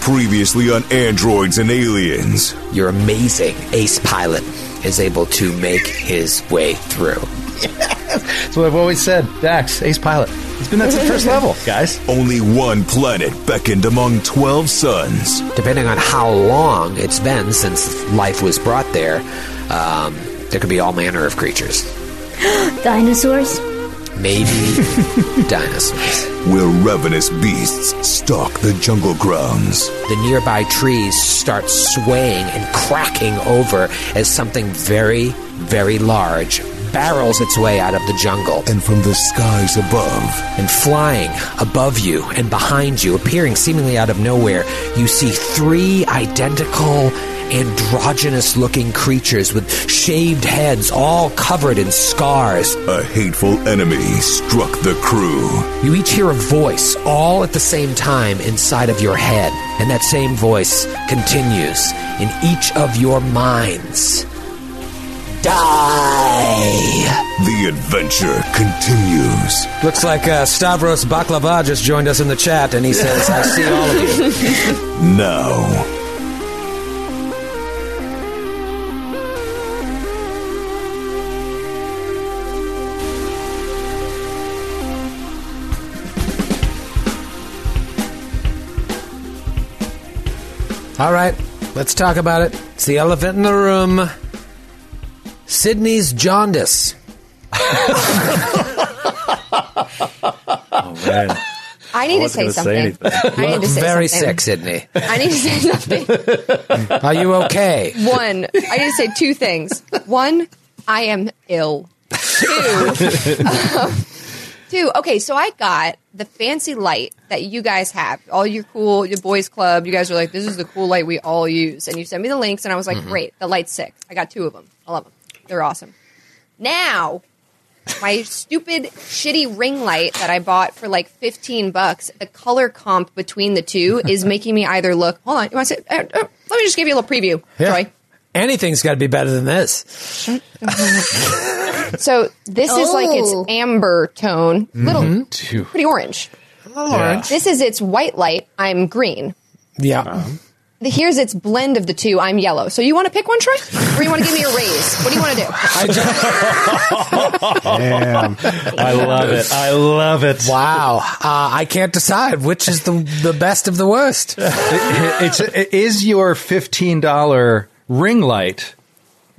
Previously on Androids and Aliens. Your amazing ace pilot is able to make his way through. That's what I've always said. Dax, ace pilot. It's been that since first level, guys. Only one planet beckoned among 12 suns. Depending on how long it's been since life was brought there, um, there could be all manner of creatures. Dinosaurs? Maybe dinosaurs. Where ravenous beasts stalk the jungle grounds. The nearby trees start swaying and cracking over as something very, very large barrels its way out of the jungle. And from the skies above, And flying above you and behind you, appearing seemingly out of nowhere, you see three identical androgynous looking creatures with shaved heads all covered in scars. a hateful enemy struck the crew. You each hear a voice all at the same time inside of your head, and that same voice continues in each of your minds. Die! The adventure continues. Looks like uh, Stavros Baklava just joined us in the chat, and he says, "I see all of you." Now, All right, let's talk about it. It's the elephant in the room. Sydney's jaundice. Oh, Man, I need to say gonna say something. I need to say Very something. sick, Sydney. I need to say something. Are you okay? One, I need to say two things. One, I am ill. Two, um, two. Okay, so I got the fancy light that you guys have. All your cool, your boys club. You guys are like, this is the cool light we all use, and you sent me the links, and I was like, great, the light's sick. I got two of them. I love them. They're awesome. Now my stupid shitty ring light that I bought for like 15 bucks, the color comp between the two is making me either look, hold on, you want to sit? Uh, uh, let me just give you a little preview, Troy. Anything's got to be better than this. So this is like Oh. its amber tone, little, Mm-hmm. Phew. pretty orange. Yeah. This is its white light, I'm green. Yeah. The- Here's its blend of the two, I'm yellow. So you want to pick one, Troy? Or you want to give me a raise? What do you want to do? I ju- Damn. I love it. I love it. wow. Uh, I can't decide which is the the best of the worst. It- it's it is your fifteen dollar ring light.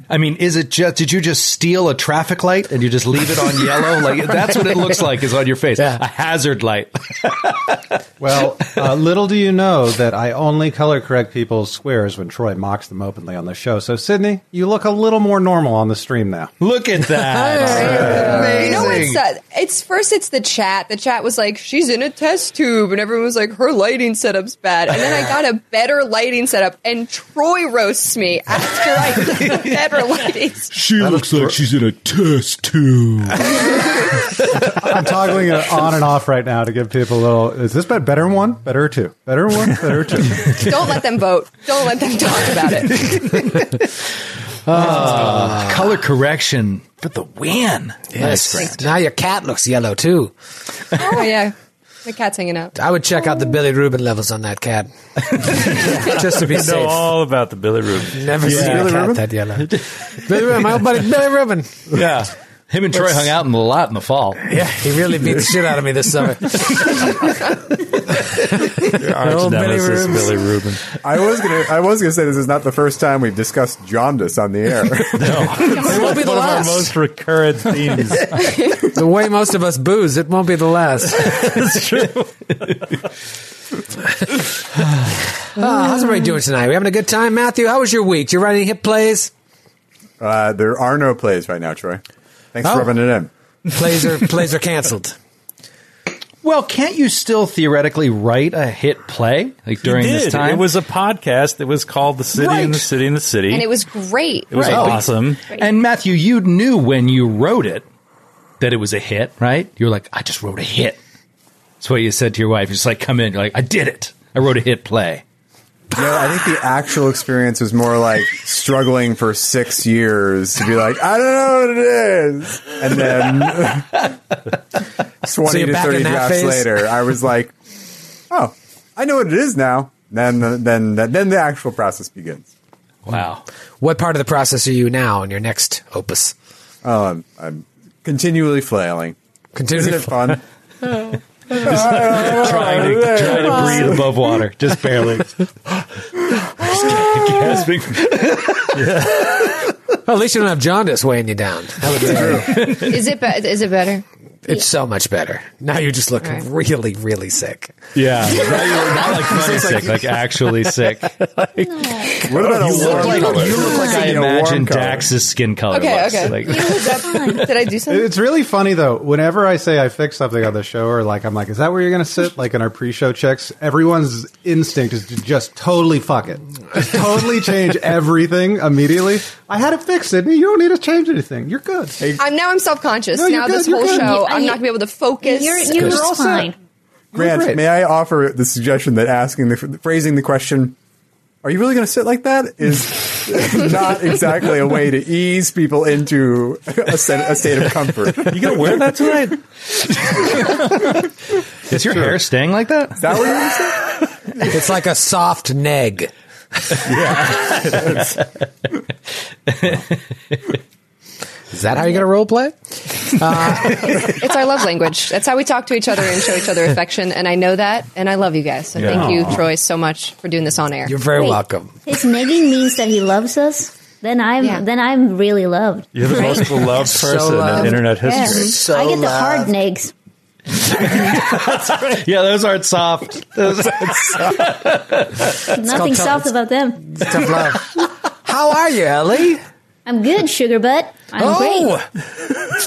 I mean, is it just? Did you just steal a traffic light and you just leave it on yellow? Like that's what it looks like is on your face. Yeah. A hazard light. Well, uh, little do you know that I only color correct people's squares when Troy mocks them openly on the show. So, Sydney, you look a little more normal on the stream now. Look at that. You know what's uh, it's first it's the chat. The chat was like, She's in a test tube and everyone was like, Her lighting setup's bad. And then I got a better lighting setup and Troy roasts me after I got a better lighting setup. She looks like she's in a test tube. I'm toggling it on and off right now to give people a little. Is this bet- better than one? Better than two? Better than one? Better than two? Don't let them vote. Don't let them talk about it. Color correction for the win. Yes. Now your cat looks yellow too. Oh yeah. The cat's hanging out. I would check out the Billy Rubin levels on that cat, just to be You know safe. all about the Billy Rubin. Never seen a Billy cat Rubin? that yellow. Billy Rubin, my old buddy Billy Rubin. Yeah. Him and Troy hung out in the lot in the fall. Yeah, he really beat the shit out of me this summer. Your arch Oh, Billy nemesis, Rubin. Billy Rubin. I was gonna. I was gonna say this is not the first time we've discussed jaundice on the air. It won't be the One of our last. most recurrent themes. the way most of us booze, it won't be the last. That's true. Ah, how's everybody doing tonight? We having a good time, Matthew? How was your week? Did you write any hit plays? uh, there are no plays right now, Troy. Thanks Oh. for rubbing it in. Plays are plays are canceled. Well, can't you still theoretically write a hit play like during He this did. time? It was a podcast that was called The City and the Right. City and the City. And it was great. It was Right. awesome. And Matthew, you knew when you wrote it that it was a hit, right? You were like, I just wrote a hit. That's what you said to your wife. You're just like, come in. You're like, I did it. I wrote a hit play. No, I think the actual experience was more like struggling for six years to be like, I don't know what it is, and then twenty you're to back thirty in that drafts phase? later, I was like, Oh, I know what it is now. Then, then, then, then the actual process begins. Wow. What part of the process are you now in your next opus? Oh, I'm, I'm continually flailing. Isn't Continue. it fun? trying to trying to breathe above water, just barely. Gasping. Well, at least you don't have jaundice weighing you down. That would be Is it? Be- is it better? It's so much better. Now you're just looking Right. really, really sick. Yeah, not, not like funny sick, like actually sick. What about a look warm like- color? you look like I You know, warm imagine color. Dax's skin color. Okay. looks. Okay. Like, You know, is that- did I do something? It's really funny though. Whenever I say I fix something on the show, or like I'm like, is that where you're gonna sit? Like in our pre-show checks, everyone's instinct is to just totally fuck it, just totally change everything immediately. I had it fixed, Sydney. You don't need to change anything. You're good. I'm now. I'm self conscious. No, you're now good, this you're whole good. show, I'm I- not gonna be able to focus. You're, you Good. were fine. Grant, great. may I offer the suggestion that asking the phrasing the question, "Are you really going to sit like that?" is not exactly a way to ease people into a, sen- a state of comfort. You gonna wear that tonight? is your hair staying like that? Is that what you were saying? It's like a soft neg. Is that how you're going to role play? It's our love language. That's how we talk to each other and show each other affection. And I know that, and I love you guys. So thank you, Troy, so much for doing this on air. You're very Wait. welcome. His negging means that he loves us. Then I'm Yeah. then I'm really loved. You're the most beloved person loved. in internet Yeah. history. So I get the loud. hard negs. Yeah, those aren't soft. Those- Nothing called tough- soft about them. It's tough love. How are you, Ellie? I'm good, sugar butt. I'm great. oh,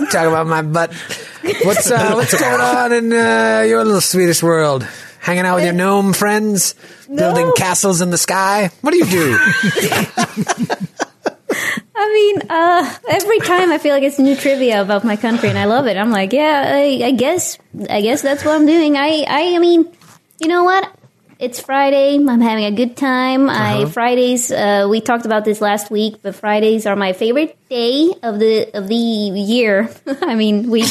talk about my butt. What's uh, what's going on in uh, your little Swedish world? Hanging out with your gnome friends, building castles in the sky. What do you do? I mean, uh, every time I feel like it's new trivia about my country, and I love it. I'm like, yeah, I, I guess, I guess that's what I'm doing. I, I, I mean, you know what? It's Friday. I'm having a good time. I Fridays. Uh, we talked about this last week, but Fridays are my favorite day of the of the year. I mean, we.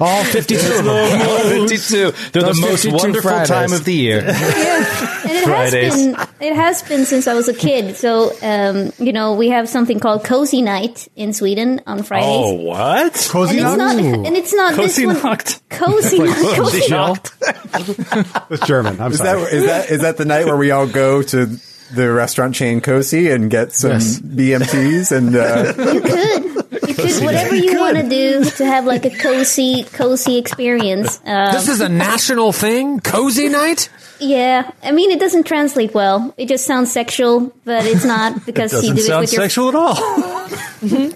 All fifty-two of them. 52. They're Those the most 52 wonderful Fridays. time of the year. and it Fridays. has been it has been since I was a kid. So um, you know, we have something called cozy night in Sweden on Fridays. Oh, what? and it's not and it's not Cozy this one. knocked. Cozy, cozy It's German. I'm Is sorry. that is that is that the night where we all go to the restaurant chain Cosi and get some BMTs and uh, You could whatever you want to do to have like a cozy cozy experience. Uh, This is a national thing. Cozy night. yeah, I mean it doesn't translate well. It just sounds sexual, but it's not because you Doesn't do it sound with your sexual at all.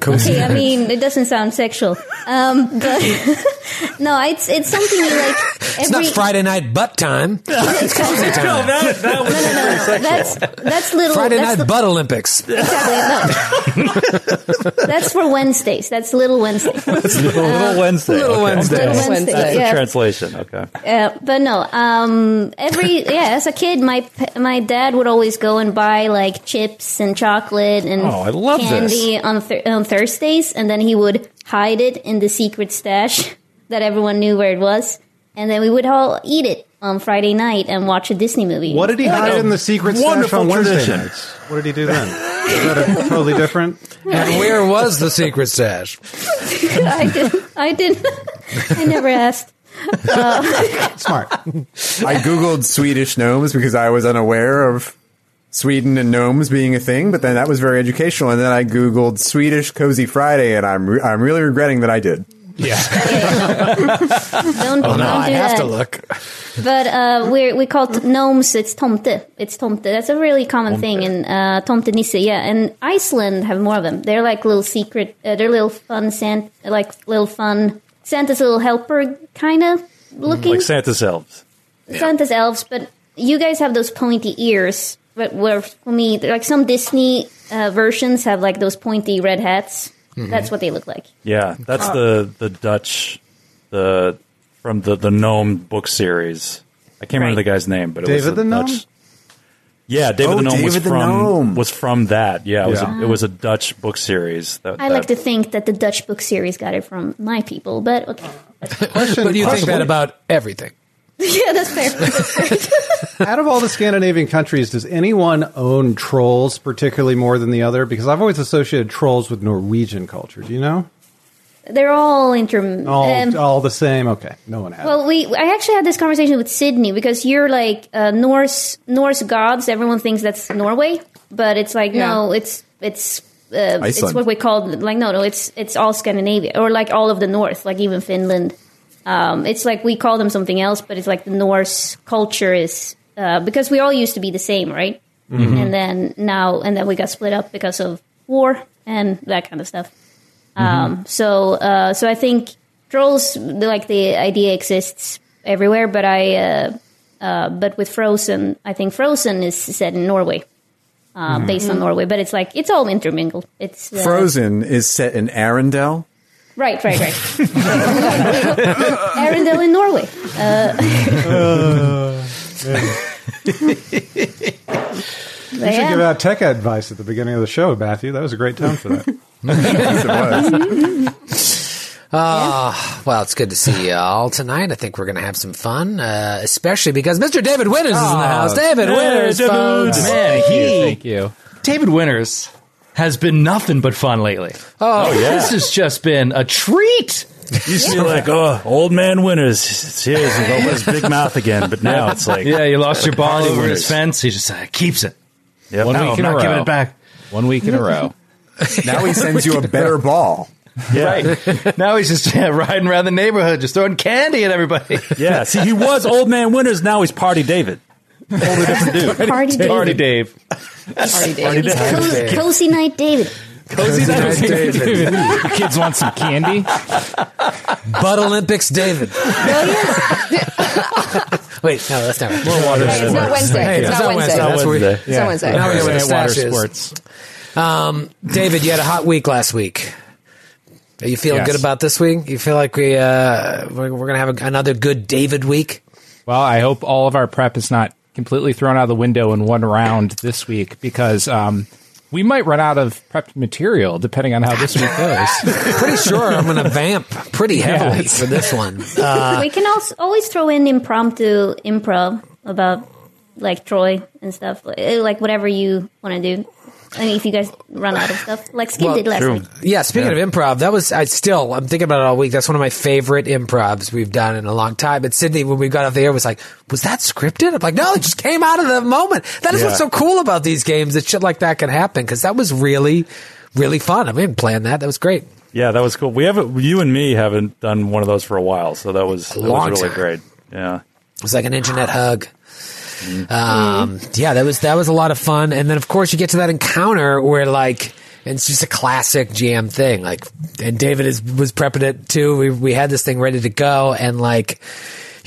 Okay, I mean, it doesn't sound sexual, um, but no, it's it's something you like. Every, It's not Friday night butt time. It's cozy time. that, that was No, no, no, that's that's little. Friday that's night butt Olympics. Exactly. No. that's for Wednesdays. That's Little Wednesday. Uh, Little Wednesday. Little Wednesday. Little Wednesday. That's the yeah. translation. Okay. Uh, but no, um, every yeah, as a kid, my p- my dad would always go and buy like chips and chocolate and Oh, I love this. candy on th- on Thursdays, and then he would hide it in the secret stash that everyone knew where it was, and then we would all eat it on Friday night and watch a Disney movie. What did he hide in the secret stash wonderful on Wednesday tradition. nights? What did he do then? Is that a totally different? And where was the secret stash? I didn't. I didn't. I never asked. Smart. I googled Swedish gnomes because I was unaware of Sweden and gnomes being a thing, but then that was very educational. And then I googled Swedish Cozy Friday, and I'm re- I'm really regretting that I did. Don't, don't do Oh, I that. have to look. But uh, we we call t- gnomes. It's tomte. It's tomte. That's a really common thing in uh, tomte nisse. Yeah, and Iceland have more of them. They're like little secret. Uh, they're little fun Santa, like little fun Santa's little helper kind Mm, of looking Like Santa's elves. Santa's elves. But you guys have those pointy ears. But where for me, they're like some Disney uh, versions have like those pointy red hats. Mm-hmm. That's what they look like. Yeah, that's the the Dutch, the from the the gnome book series. I can't remember the guy's name, but it was David a the Gnome? Dutch. Yeah, David Oh, the gnome was David the from Gnome. was from that. Yeah, it was Yeah. a, it was a Dutch book series. That, I like to that- think that the Dutch book series got it from my people, but okay. Question. But you think possibly- that about everything. yeah, that's fair. Out of all the Scandinavian countries, does anyone own trolls particularly more than the other? Because I've always associated trolls with Norwegian culture. Do you know? They're all inter. All, um, all the same. Okay, no one has. Well, we I actually had this conversation with Sydney because you're like uh, Norse Norse gods. Everyone thinks that's Norway, but it's like no, Yeah. it's it's uh, it's Iceland. what we call like no, no, it's it's all Scandinavia or like all of the North, like even Finland. Um, it's like we call them something else, but it's like the Norse culture is uh, because we all used to be the same, right? Mm-hmm. And then now and then we got split up because of war and that kind of stuff. Um, so uh, so I think trolls the- like the idea exists everywhere, but I uh, uh, but with Frozen, I think Frozen is set in Norway, uh, based on Norway, but it's like it's all intermingled. It's uh, Frozen is set in Arendelle. Right, right, right. Arendelle in Norway. Uh, Uh, But you should yeah. give out tech advice at the beginning of the show, Matthew. That was a great time for that. Yes, it was. Ah, Well, it's good to see you all tonight. I think we're going to have some fun, uh, especially because Mr. David Winters is Ah, Oh. in the house. David Winters, folks. Man, he Thank you. David Winters has been nothing but fun lately. Oh, yeah. This has just been a treat. Used to be like, oh, old man winners. It's here he's with all his big mouth again. But now it's like, Yeah, you lost your ball Harley over his Winters. fence. He just uh, keeps it. yep. One No, week I'm in a not giving row. it back. One week in a row. now he sends you a better ball. yeah. Now he's just yeah, riding around the neighborhood, just throwing candy at everybody. yeah. See, he was old man winners. Now he's party David. Party David. Party Dave. Party David. Cozy, cozy night David. Cozy night, David. Kids want some candy. Bud Olympics, David. Wait, no, that's not right. More water. Hey, it's not Wednesday. it's, not Wednesday. That's where- Wednesday. It's not Wednesday. Now we know where the Thursday night water stash is. sports. Um, David, you had a hot week last week. Are you feeling Yes. good about this week? You feel like we uh, we're, we're gonna have a, another good David week? Well, I hope all of our prep is not completely thrown out of the window in one round this week because um, we might run out of prepped material depending on how this week goes. Pretty sure I'm gonna vamp pretty heavily it's- for this one. Uh, we can also always throw in impromptu improv about like Troy and stuff, like, eh, like whatever you want to do. I mean, if you guys run out of stuff, like Skip did last week. yeah, speaking of improv, that was I still I'm thinking about it all week. That's one of my favorite improvs we've done in a long time. But Sydney, when we got off the air, was like, "Was that scripted?" I'm like, "No, it just came out of the moment." That is what's so cool about these games that shit like that can happen because that was really, really fun. I mean, playing that that was great. Yeah, that was cool. We haven't, you and me haven't done one of those for a while. So that was, that long was really time. great. Yeah. It was like an internet hug. Um, yeah, that was that was a lot of fun. And then of course you get to that encounter where like it's just a classic GM thing. Like, and David is was prepping it too. We we had this thing ready to go, and like.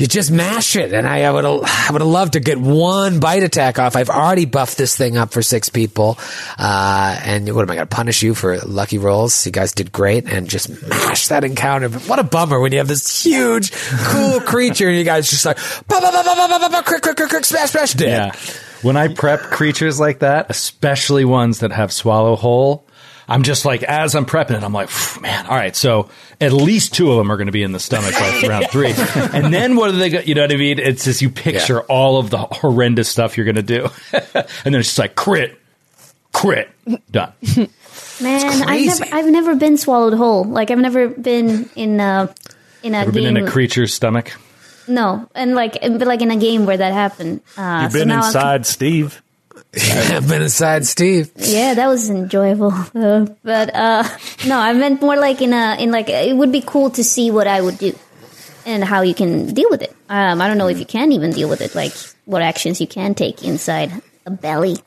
You just mash it, and I, I would I would have loved to get one bite attack off. I've already buffed this thing up for six people, uh, and what am I going to punish you for lucky rolls? You guys did great, and just mash that encounter. But what a bummer when you have this huge, cool creature, and you guys just like, bah, bah, bah, bah, bah, bah, bah, bah, crick, crick, crick, crick, smash, smash, dead. Yeah. When I prep creatures like that, especially ones that have swallow hole, I'm just like, as I'm prepping it, I'm like, "Phew, man, all right, so at least two of them are going to be in the stomach by round three. And then what are they going to, you know what I mean? It's just you picture all of the horrendous stuff you're going to do. and then it's just like, crit, crit, done. Man, I've crazy. never, I've never been swallowed whole. Like I've never been in a in a Ever been game. in a creature's stomach? no, and like but like in a game where that happened. Uh, You've so been now I'm- inside Steve. I've been inside Steve. yeah, that was enjoyable. Uh, but uh, no, I meant more like in a in like it would be cool to see what I would do and how you can deal with it. Um, I don't know if you can even deal with it. Like what actions you can take inside a belly.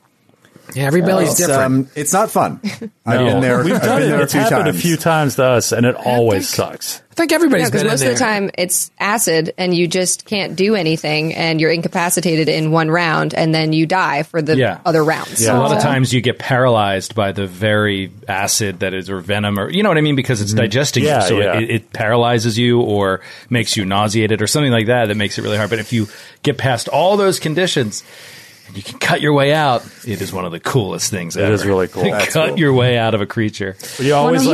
Yeah, every belly's It's, different. um, it's not fun. I've been there. We've I've done been it. there It's a few happened times. a few times to us, and it always sucks. I think everybody's because been in most of there. the time it's acid and you just can't do anything and you're incapacitated in one round and then you die for the Yeah. other rounds. Yeah. A lot of So- times you get paralyzed by the very acid that is, or venom, or you know what I mean, because it's digesting Mm-hmm. Yeah, you, so yeah. It, it paralyzes you or makes you nauseated or something like that. That makes it really hard. But if you get past all those conditions, and you can cut your way out. It is one of the coolest things. It ever. is really cool. cut That's cool. your way out of a creature. you do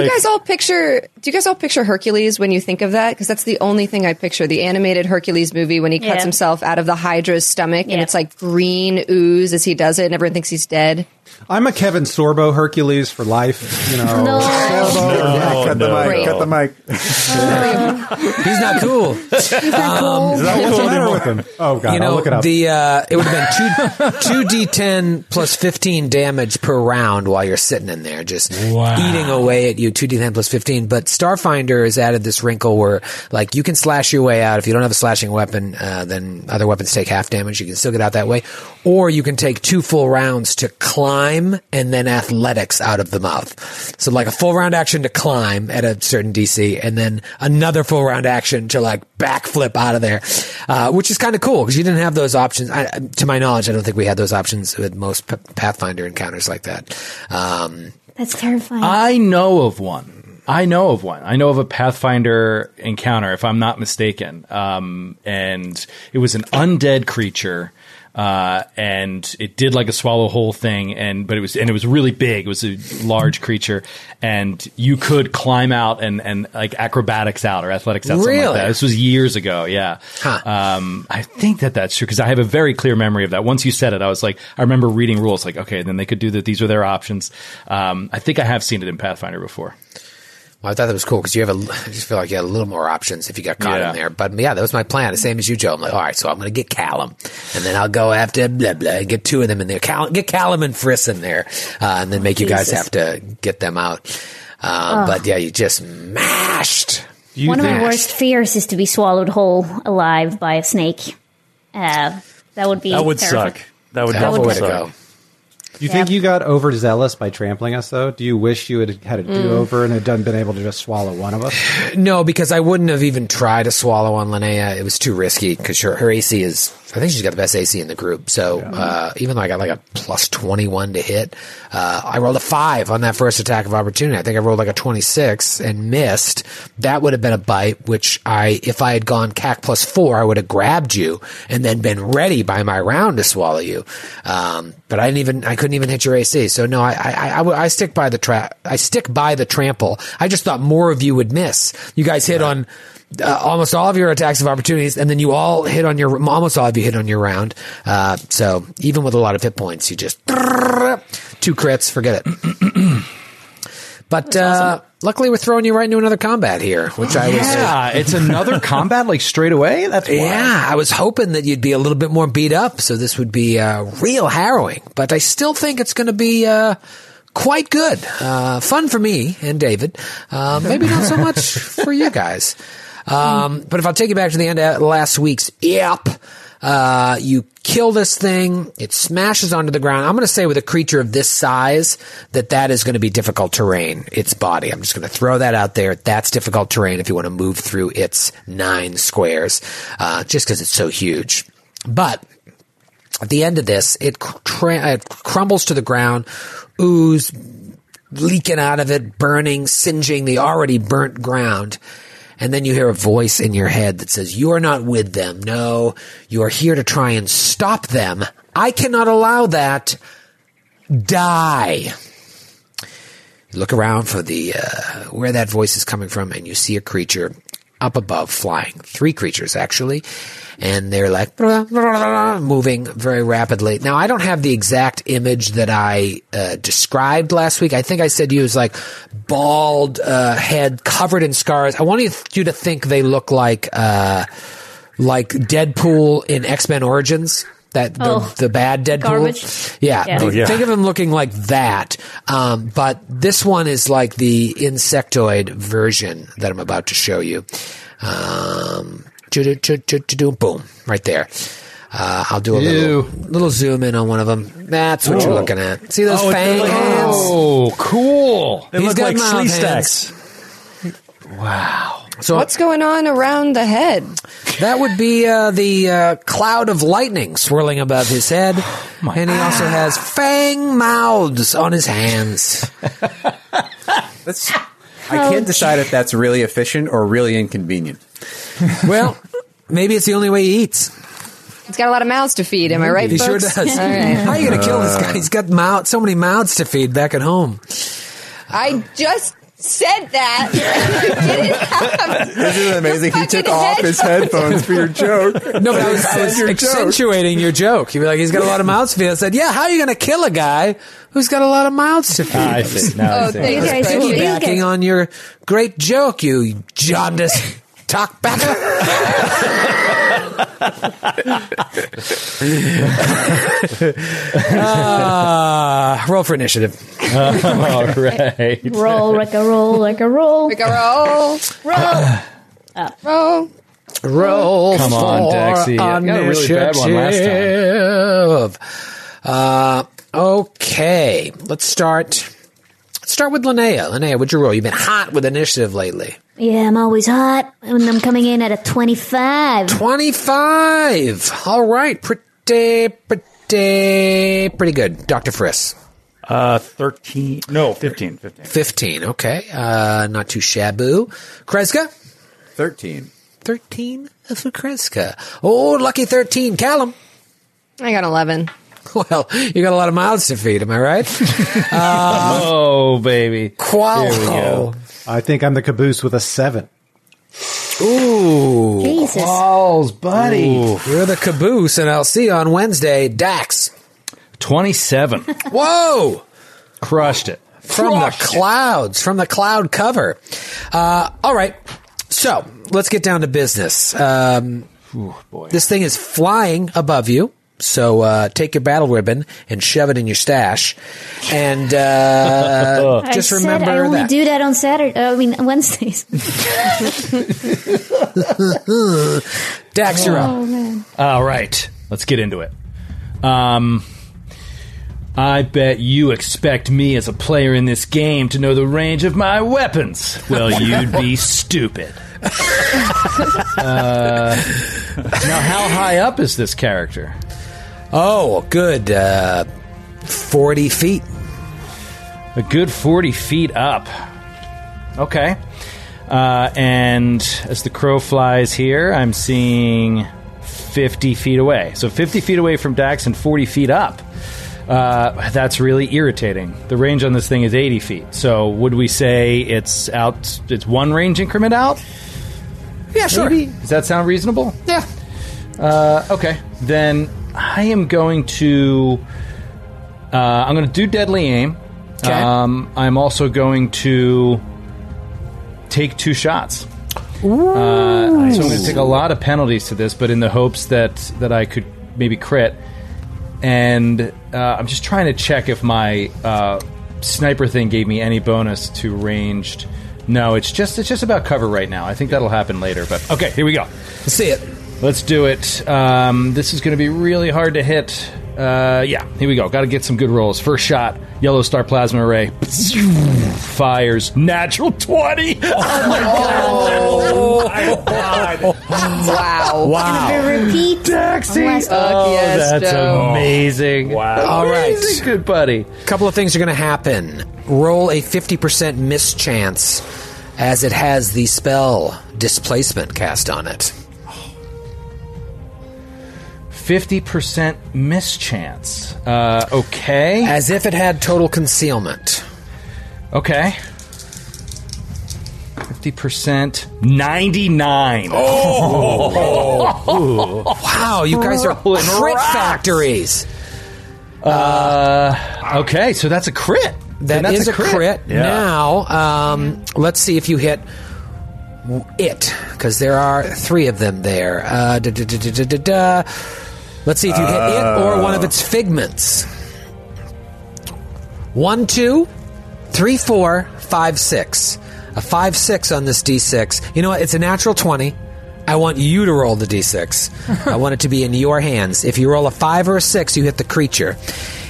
you guys all picture? Do you guys all picture Hercules when you think of that? Because that's the only thing I picture: the animated Hercules movie when he cuts Yeah. himself out of the Hydra's stomach, and Yeah. it's like green ooze as he does it, and everyone thinks he's dead. I'm a Kevin Sorbo Hercules for life. You know, No. Sorbo, No, yeah, cut the no, mic, no. cut the mic. He's not cool. Um, He's not cool. Is that what's the matter with him? Oh, God, You know, I'll look it up. The uh, it would have been two two d10 plus fifteen damage per round while you're sitting in there, just eating away at you. Two d10 plus fifteen. But Starfinder has added this wrinkle where, like, you can slash your way out. If you don't have a slashing weapon, uh, then other weapons take half damage. You can still get out that way, or you can take two full rounds to climb and then athletics out of the mouth. So, like, a full round action to climb at a certain DC, and then another full round action to like backflip out of there, uh, which is kind of cool because you didn't have those options. I, to my knowledge, I don't think we had those options with most P- Pathfinder encounters like that. Um, That's terrifying. I know of one. I know of one. I know of a Pathfinder encounter, if I'm not mistaken. Um, and it was an undead creature, uh, and it did like a swallow hole thing, and but it was and it was really big. It was a large creature, and you could climb out and and like acrobatics out or athletics out. Something like Really? that. This was years ago. Yeah. Um, I think that that's true because I have a very clear memory of that. Once you said it, I was like, I remember reading rules like, okay, then they could do that. These are their options. Um, I think I have seen it in Pathfinder before. well, I thought that was cool because you have a. I just feel like you had a little more options if you got caught Yeah. in there. But yeah, that was my plan. The same as you, Joe. I'm like, all right, so I'm going to get Callum, and then I'll go after blah blah. and Get two of them in there. Callum, get Callum and Friss in there, uh, and then make you guys Jesus. have to get them out. Um, Ugh. But yeah, you just mashed. You One of my mashed. worst fears is to be swallowed whole alive by a snake. Uh, that would be That would terrifying. suck. That would That would definitely be- Way to suck. go. Do you think you got overzealous by trampling us, though? Do you wish you had had a Mm. do over and had done been able to just swallow one of us? No, because I wouldn't have even tried to swallow on Linnea. It was too risky because her, her AC is, I think she's got the best AC in the group. So uh, even though I got like a plus 21 to hit, uh, I rolled a 5 on that first attack of opportunity. I think I rolled like a 26 and missed. That would have been a bite, which I, if I had gone CAC plus 4, I would have grabbed you and then been ready by my round to swallow you. Um, but I didn't even, I couldn't even hit your AC. So no, I, I, I- I, would- I stick by the trap. I stick by the trample. I just thought more of you would miss. You guys hit on uh, almost all of your attacks of opportunities, and then you all hit on your almost all of you hit on your round. Uh, so even with a lot of hit points, you just two crits, forget it. But uh, luckily, we're throwing you right into another combat here, which I was Yeah, it's another combat like straight away. That's wild. yeah. I was hoping that you'd be a little bit more beat up, so this would be uh, real harrowing. But I still think it's going to be uh, quite good, uh, fun for me and David. Uh, maybe not so much for you guys. Um, but if I'll take you back to the end of last week's yep. Uh, you kill this thing. It smashes onto the ground. I'm going to say with a creature of this size that that is going to be difficult terrain. Its body. I'm just going to throw that out there. That's difficult terrain if you want to move through its nine squares, uh, just because it's so huge. But at the end of this, it, cr- tra- it crumbles to the ground, ooze leaking out of it, burning, singeing the already burnt ground. And then you hear a voice in your head that says, You are not with them. No, you are here to try and stop them. I cannot allow that. Die. You look around for the uh, where that voice is coming from, and you see a creature up above flying. Three creatures actually, and they're like moving very rapidly. Now I don't have the exact image that I uh, described last week. I think I said you was like bald uh, head covered in scars. I want you you to think they look like uh, like Deadpool in X Men Origins. That the, Oh. the bad Deadpool, Garbage. yeah. Yeah. th- Oh, yeah. Think of him looking like that. Um, but this one is like the insectoid version that I'm about to show you. Um, ju-du-ju-ju-ju-du, boom, right there. Uh, I'll do a little, little zoom in on one of them. That's what you're Whoa. looking at. See those Oh, it's fang like- hands? Oh, cool. They He's look got like mouth sleeve hands. Wow. So What's going on around the head? That would be uh, the uh, cloud of lightning swirling above his head, and he also has fang mouths on his hands. That's, I can't decide if that's really efficient or really inconvenient. well, maybe it's the only way he eats. It's got a lot of mouths to feed. Am I right? He folks? sure does. All right. How are you going to kill this guy? He's got mouth, so many mouths to feed back at home. I just said that. Isn't it amazing? He took off his headphones for your joke. No, but I was, I Said was your joke. accentuating your joke. You'd be like, he's got a lot of mouths to feed. I said, yeah, how are you going to kill a guy who's got a lot of mouths to feed? I see. Now I Oh, see. thank I was you. piggybacking on your great joke, you jaundiced talkbacker. uh, roll for initiative. All right. Roll like a roll, like a roll. Uh, Like a roll, roll, roll. Roll Come for on, Dexy. I got a really bad one last time. initiative. Uh, okay, let's start. Let's start with Linnea. Linnea, what'd you roll? You've been hot with initiative lately. Yeah, I'm always hot, and I'm coming in at a 25. 25. All right. Pretty, pretty, pretty good. Dr. Friss, Uh, 13. No, 15. 15. 15. Okay. Uh, not too shaboo. Kreska, 13. 13 for Kreska. Oh, lucky 13. Callum. I got eleven. Well, you got a lot of mouths to feed, am I right? oh, baby. Qual. Oh, Oh. I think I'm the caboose with a seven. Ooh. Jesus. Balls, buddy. You're the caboose, and I'll see you on Wednesday. Dax. 27. Whoa! Crushed it. From the clouds, from the cloud cover. Uh, all right. So let's get down to business. Um, This thing is flying above you. So uh, take your battle ribbon and shove it in your stash. And uh, I just said remember I only that. do that on Saturday. I mean Wednesdays. Dax, you're up. All right, let's get into it. Um, I bet you expect me as a player in this game to know the range of my weapons. Well, you'd be stupid. uh, now, how high up is this character? Oh, good. Uh, 40 feet. A good 40 feet up. Okay. Uh, and as the crow flies here, I'm seeing 50 feet away. So 50 feet away from Dax and 40 feet up. Uh, that's really irritating. The range on this thing is 80 feet. So would we say it's out, it's one range increment out? Yeah, sure. Maybe? Does that sound reasonable? Uh, Yeah. Okay. Then I am going to. Uh, I'm going to do deadly aim. Okay. Um, I'm also going to take two shots. Uh, so I'm going to take a lot of penalties to this, but in the hopes that that I could maybe crit. And uh, I'm just trying to check if my uh, sniper thing gave me any bonus to ranged. No, it's just it's just about cover right now. I think that'll happen later. But okay, here we go. Let's see it. Let's do it. Um, this is going to be really hard to hit. Uh, yeah, here we go. Got to get some good rolls. First shot, yellow star plasma array. Fires natural 20. Oh, Wow. Wow. Repeat. Unless- Oh, yes, That's Joe. amazing. Wow. All right. Good buddy. couple of things are going to happen. Roll a 50% mischance as it has the spell displacement cast on it. 50% mischance. Uh, okay. As if it had total concealment. Okay. 50%. 99. Oh. Wow, you guys are Rolling crit rocks. factories. Uh, Okay, so that's a crit. Then That that's is a crit. Now, um, let's see if you hit w- it, because there are three of them there. Uh, da, da, da, da, da, da, da. Let's see if you hit it or one of its figments. One, two, three, four, five, six. A five, six on this d6. You know what? It's a natural 20. I want you to roll the d6. I want it to be in your hands. If you roll a five or a six, you hit the creature.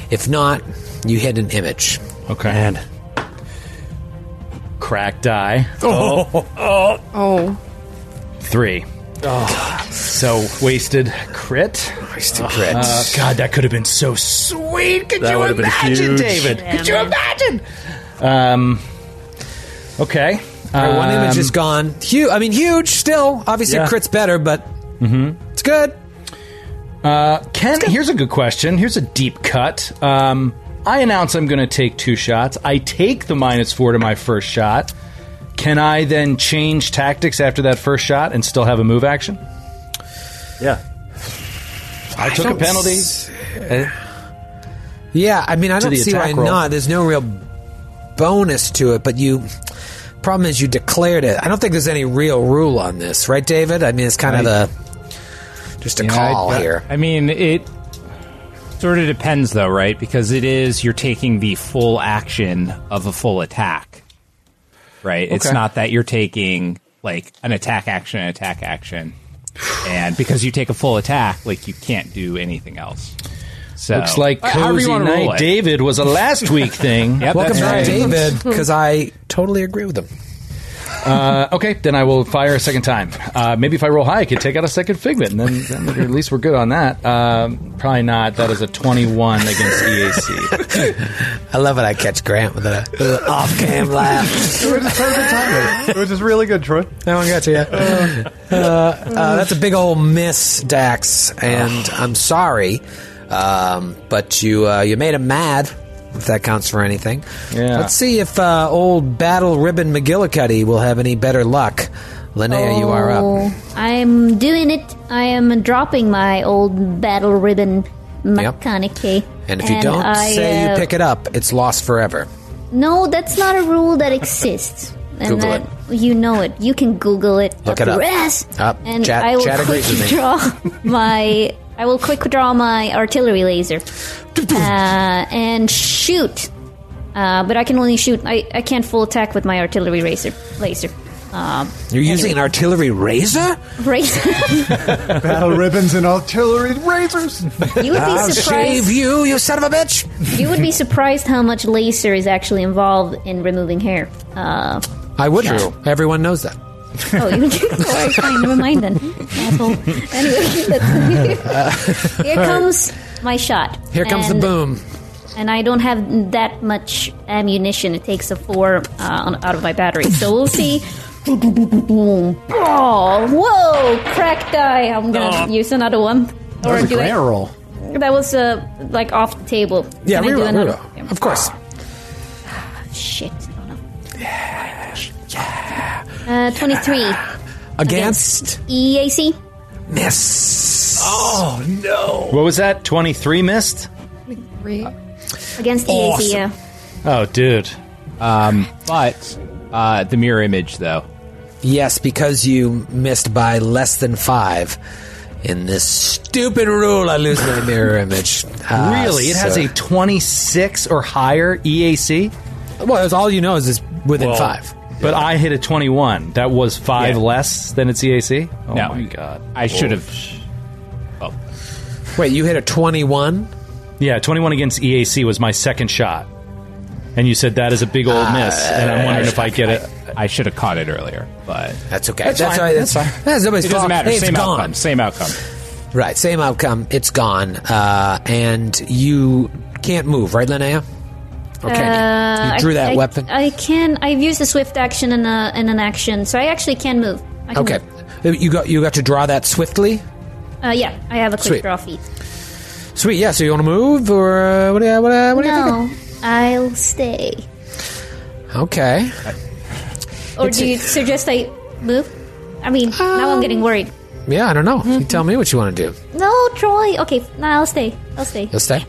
If not, you hit an image. Okay. And cracked eye. Oh, Three. So wasted crit. Oh. Wasted crit. Uh, God, that could have been so sweet. Could That you would have been imagine, huge. David? could you imagine? Um. Okay. All right, one image Um, is gone. Huge. I mean, huge. Still, obviously, Yeah. crit's better, but it's good. Mm-hmm. Uh, Ken, here's a good question. Here's a deep cut. Um, I announce I'm going to take two shots. I take the minus four to my first shot. Can I then change tactics after that first shot and still have a move action? Yeah. I took a don't penalty. s- Eh, Yeah, I mean, I To don't the see why attack roll. not. There's no real bonus to it, but you. Problem is, you declared it. I don't think there's any real rule on this, right, David? I mean, it's kind of the just a You know, I- call I, here. I mean, it sort of depends, though, right? Because it is you're taking the full action of a full attack, right? It's Okay. not that you're taking like an attack action, an attack action, and because you take a full attack, like you can't do anything else. So Looks like Or however you Cozy wanna roll Night it. David was a last week thing. Yep, Welcome that's back, right. David, because I totally agree with him. Uh, okay, then I will fire a second time. Uh, maybe if I roll high, I could take out a second figment, and then, then at least we're good on that. Um, probably not. That is a 21 against E EAC. I love it. I catch Grant with a, with a off-cam laugh. It was just perfect timing. It was just really good, Troy. That one got to you. Uh, uh, that's a big old miss, Dax, and I'm sorry, um, but you uh, you made him mad. If that counts for anything. Yeah. Let's see if uh, old Battle Ribbon McGillicuddy will have any better luck. Linnea, you are up. Oh, I'm doing it. I am dropping my old battle ribbon Yep. McConaughey. And if you don't I, say uh, you pick it up, it's lost forever. No, that's not a rule that exists. And Google that you know it. You can Google it. up Look it up. your ass. Up. And Chat- I will chat quick agrees with me. draw my. I will quick draw my artillery laser uh, and shoot. Uh, but I can only shoot. I, I can't full attack with my artillery laser. Laser. Um, You're using an artillery razor? razor. Battle ribbons and artillery razors. you would I'll be surprised. shave you, you son of a bitch! You would be surprised how much laser is actually involved in removing hair. Uh, I would. Everyone knows that. oh, you oh, fine, never mind then, asshole. Anyway, that's- here comes my shot. Uh, Here comes And- the boom. And I don't have that much ammunition. It takes a four uh, on- out of my battery, so we'll see. Boom! Oh, whoa! Cracked eye. I'm gonna use another one. Or That was a do I- grant roll. That was uh, like off the table. Yeah, Can I do reroll, another- reroll. Of course. Shit. Oh, no. Uh, E 23 Against EAC. miss. Oh no! what was that? 23 missed? Against EAC, yeah. Oh, dude. Um, But uh, the mirror image, though, Yes, because you missed by less than five in this stupid rule. I lose my mirror image. Ah, really? It has so- a 26 or higher EAC? well. It's all you know is it's within five. But I hit a 21. That was five Yeah. less than its EAC? Oh No. my god. Oh. I should have. Wait, you hit a twenty-one. Yeah, 21 against EAC was my second shot. And you said that is a big old Ah, miss. And I'm wondering if I get it. I should have caught it earlier, but That's okay. That's fine. all right. That's, That's fine. That's nobody's it doesn't fault. matter. Hey, it's same gone. outcome. Same outcome. Right. Same outcome. It's gone. Uh, and you can't move, right, Linnea? Okay. Uh, you drew I- that I- weapon. I can. I've used a swift action and, a, and an action, so I actually can move. I can okay. move. You got you got to draw that swiftly. Uh, yeah, I have a quick Sweet. draw feat. Sweet. Yeah. So you want to move, or uh, what? do you- What, uh, what do you think? No, I'll stay. Okay. Or do you suggest I move? I mean, now I'm Um, getting worried. Yeah, I don't know. You tell me what you want to do. No, Troy. Okay, nah, I'll stay. I'll stay. You'll stay.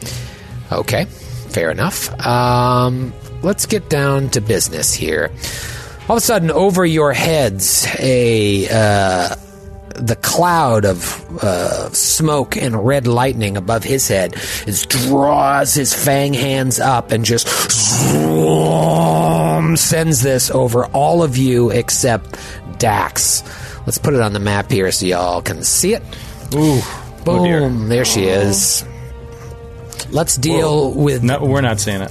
Okay. Fair enough. Um, let's get down to business here. All of a sudden, over your heads, a uh, the cloud of uh, smoke and red lightning above his head is draws his fang hands up and just zoom, sends this over all of you except Dax. Let's put it on the map here so y'all can see it. Ooh. Oh, dear. Boom! there she is. Let's deal with. No, we're not seeing it.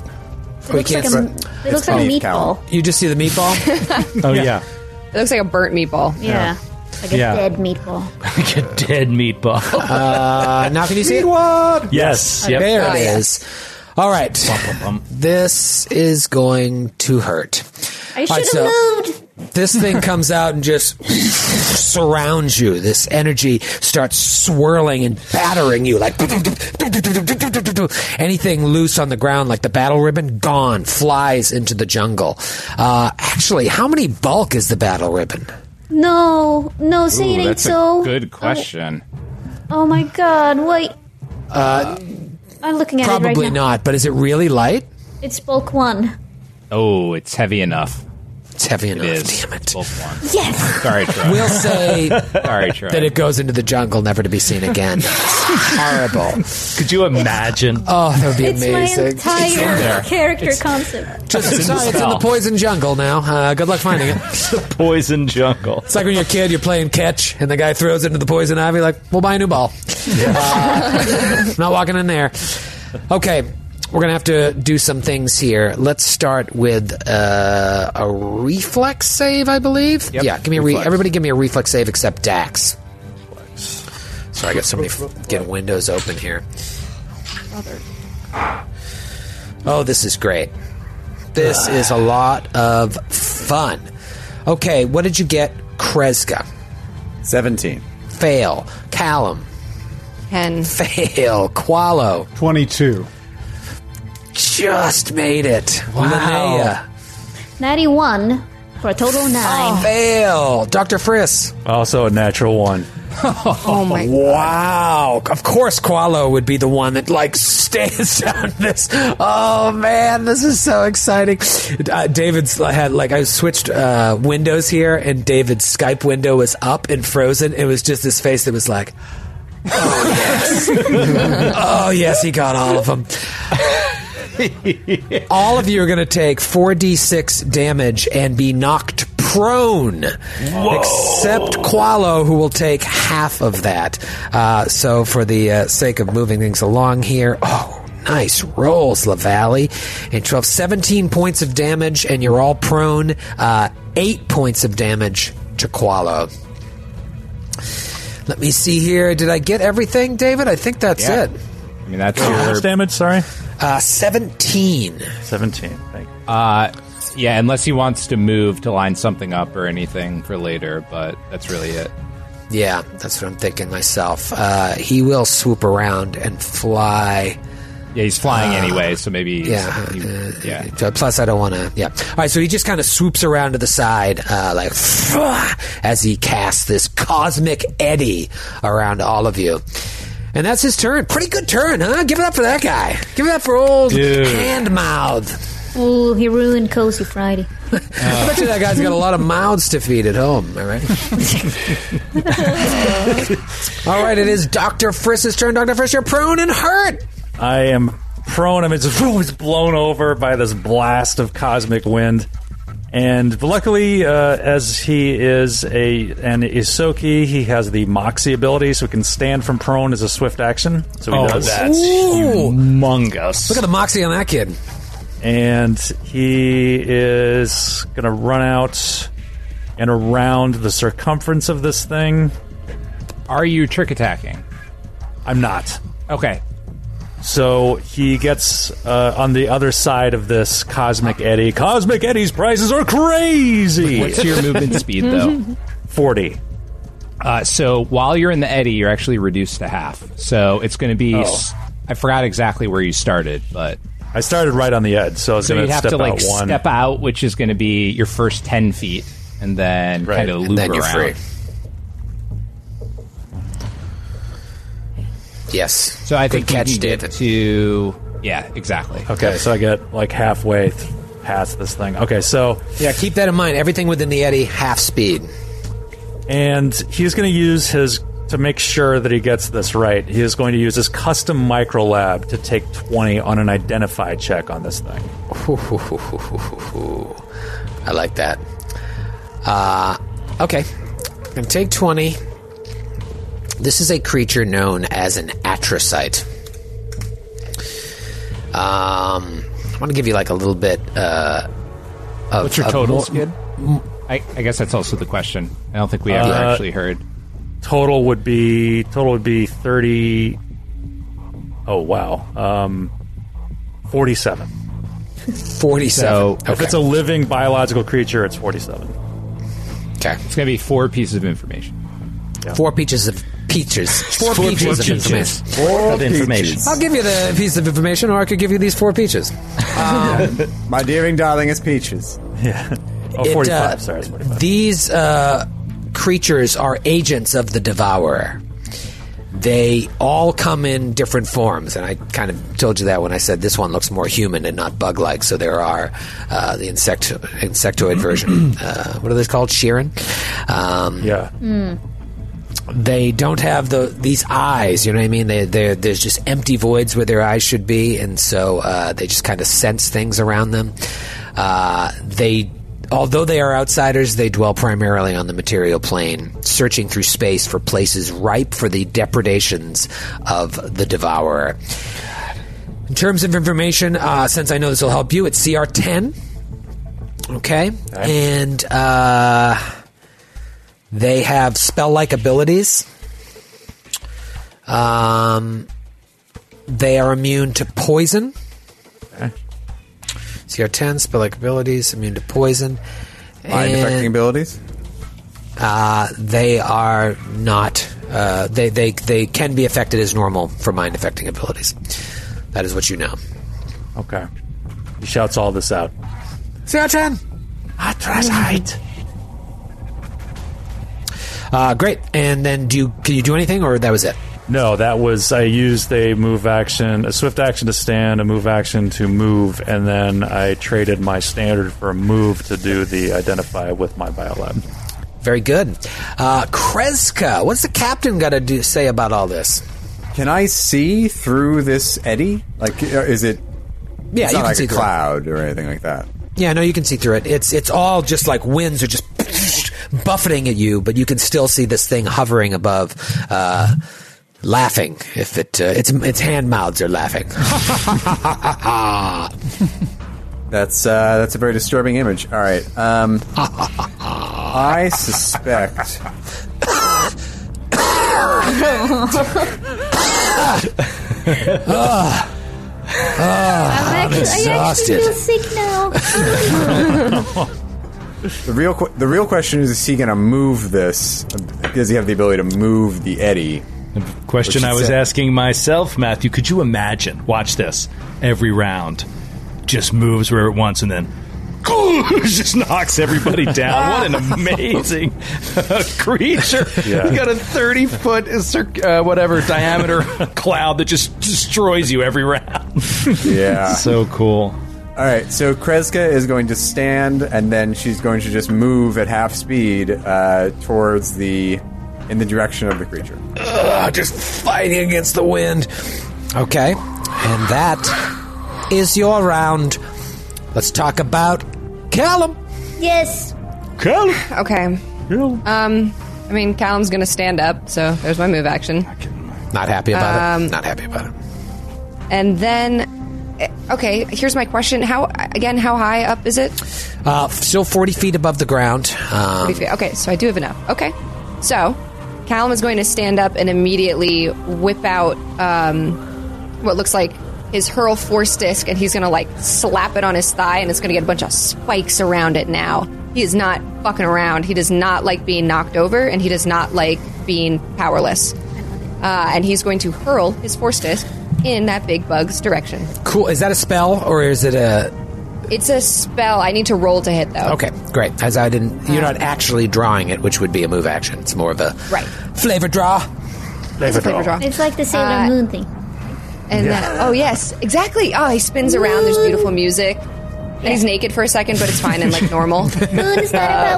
It looks like can't a, s- it looks like a beef cow. meatball. You just see the meatball. Oh, yeah. It looks like a burnt meatball. Yeah. Like a Yeah. dead meatball. like a dead meatball. uh, now can you see it? yes. Yep. There Oh, it yeah. is. All right. This is going to hurt. I All right, should have so- moved. This thing comes out and just surrounds you. This energy starts swirling and battering you like anything loose on the ground, like the battle ribbon, gone, flies into the jungle. Uh, actually, how many bulk is the battle ribbon? No, no, say it ain't so. good question. Oh my god, wait. Uh, I'm looking at it probably right now. not, but is it really light? It's bulk one. Oh, it's heavy enough. It's heavy enough. Damn it. Yes! Sorry, Troy. We'll say Sorry, Troy. that it goes into the jungle, never to be seen again. Horrible. Could you imagine? Oh, that would be It's amazing. my entire there. character concept. Just It's in sorry, the it's in the spell. poison jungle now. Uh, good luck finding it. Poison jungle. It's like when you're a kid, you're playing catch, and the guy throws it into the poison ivy. Like, we'll buy a new ball. Uh, not walking in there. Okay, we're gonna have to do some things here. Let's start with uh, a reflex save, I believe. Yeah, give me a re- reflex. everybody. Give me a reflex save except Dax. Sorry, I got somebody f- getting windows open here. Oh, this is great. This is a lot of fun. Okay, what did you get, Kreska? 17. Fail. Callum. Ken. Fail. Qualo. 22. Just made it. Linnea. 91 for a total of 9. Oh. Fail. Dr. Friss. Also a natural one. Oh my Wow. Of course Qualo would be the one that like stands down this. Oh man, this is so exciting. Uh, David's had like I switched uh, windows here and David's Skype window was up and frozen. It was just his face that was like Oh yes. oh yes, he got all of them. all of you are going to take 4d6 damage and be knocked prone except qualo who will take half of that uh, so for the uh, sake of moving things along here oh nice rolls lavalley and 12 17 points of damage and you're all prone uh, 8 points of damage to qualo let me see here did i get everything david i think that's Yeah. it I mean, that's How your much damage? Sorry, uh, 17 seventeen. Thank you. Uh, yeah, unless he wants to move to line something up or anything for later, but that's really it. Yeah, that's what I'm thinking myself. Uh, he will swoop around and fly. Uh, Yeah, he's flying anyway, so maybe. he's- Yeah. he- uh, yeah. uh, Plus, I don't want to. Yeah. All right. So he just kind of swoops around to the side, uh, like as he casts this cosmic eddy around all of you. And that's his turn. Pretty good turn, huh? Give it up for that guy. Give it up for old Dude. hand mouth. Ooh, he ruined Cozy Friday. I bet you that guy's got a lot of mouths to feed at home. All right. all right. It is Doctor Friss's turn. Doctor Friss, you're prone and hurt. I am prone. I'm just always blown over by this blast of cosmic wind. And luckily, uh, as he is a an Isoki, he has the Moxie ability, so he can stand from prone as a swift action. So he Oh, does. that's Ooh. humongous. Look at the moxie on that kid. and he is going to run out and around the circumference of this thing. Are you trick attacking? I'm not. Okay. So he gets uh, on the other side of this cosmic eddy. Cosmic eddies prices are crazy. What's your movement speed, though? Forty. Uh, so while you're in the eddy, you're actually reduced to half. So it's going to be. s I I forgot exactly where you started, but. I started right on the edge, so I was So going you'd to have step to, out like, one. step out, which is going to be your first 10 feet, and then Right. kind of loop then you're around. free. Yes. So I think Good you catch, can get David. to. Yeah, exactly. okay, so I get like halfway th- past this thing. Okay, so Yeah, keep that in mind. Everything within the eddy, half speed. and he's going to use his to make sure that he gets this right. He is going to use his custom micro lab to take twenty on an identify check on this thing. I like that. Uh, okay. I'm going to take 20. This is a creature known as an atrocyte. Um, I want to give you like a little bit uh, of. What's your of total? more- I, I guess that's also the question. I don't think we ever Uh, actually heard. total would be total would be 30 oh wow um 47 47. So, okay. if it's a living biological creature it's 47 Okay. It's going to be four pieces of information. Four peaches of peaches. Four, Four peaches, of peaches. information. Four Of information. peaches. I'll give you the piece of information, or I could give you these four peaches. My dearing darling is peaches. Oh, It, 45. uh, Sorry, it's 45. These uh, creatures are agents of the devourer. They all come in different forms, and I kind of told you that when I said this one looks more human and not bug-like. So there are uh, the insect insectoid version. Uh, what are those called? Sheeran. Um, yeah. Hmm. they don't have the these eyes. You know what I mean? They they there's just empty voids where their eyes should be, and so uh, they just kind of sense things around them. Uh, they. Although they are outsiders, they dwell primarily on the material plane, searching through space for places ripe for the depredations of the devourer. In terms of information, uh, since I know this will help you, it's CR 10. Okay? And uh, they have spell like abilities. Um, they are immune to poison. CR 10, spell like abilities, immune to poison. Mind affecting And- abilities. uh, they are not. Uh, they, they they can be affected as normal for mind affecting abilities. That is what you know. Okay. He shouts all this out. Siachan. Uh, great. And then do you can you do anything or that was it? No, that was I used a move action, a swift action to stand, a move action to move, and then I traded my standard for a move to do the identify with my biolab. Very good. Uh, Kreska, what's the captain got to do, say about all this? Can I see through this eddy? Like, uh, is it? Yeah, it's not you can like see a through it. cloud or anything like that. Yeah, no, you can see through it. It's it's all just like winds are just buffeting at you, but you can still see this thing hovering above, uh, laughing. If it uh, its its hand mouths are laughing. That's uh, that's a very disturbing image. All right. Um, I suspect. Ah, I'm actually, I actually exhausted. feel sick now. The real qu- the real question is: Is he going to move this? Does he have the ability to move the eddy? Question What I she was said. asking myself, Matthew, could you imagine? Watch this. Every round just moves where it wants and then just knocks everybody down. What an amazing uh, creature. Yeah. You got a 30 foot, circ- uh, whatever, diameter cloud that just destroys you every round. Yeah. So cool. All right. So Kreska is going to stand, and then she's going to just move at half speed uh, towards the in the direction of the creature. Ah, just fighting against the wind. Okay, and that is your round. Let's talk about Callum. yes. Okay. Um, I mean, Callum's gonna stand up, so there's my move action. Not happy about Um, it. Not happy about it. And then, eh, okay, here's my question. How again? How high up is it? Uh, still forty feet above the ground. Um, Forty feet. Okay, so I do have enough. Okay, so Callum is going to stand up and immediately whip out um, what looks like his hurl force disc, and he's going to like slap it on his thigh, and it's going to get a bunch of spikes around it. Now he is not fucking around. He does not like being knocked over, and he does not like being powerless. Uh, and he's going to hurl his force disc in that big bug's direction. cool. Is that a spell or is it a? It's a spell. I need to roll to hit though. Okay, great. As I didn't, you're not actually drawing it, which would be a move action. It's more of a Right. flavor draw. It's a flavor draw. It's like the Sailor Uh, Moon thing. And that, oh yes, exactly. Oh, he spins around. There's beautiful music. And he's naked for a second, but it's fine and like normal. Moon is not Uh, a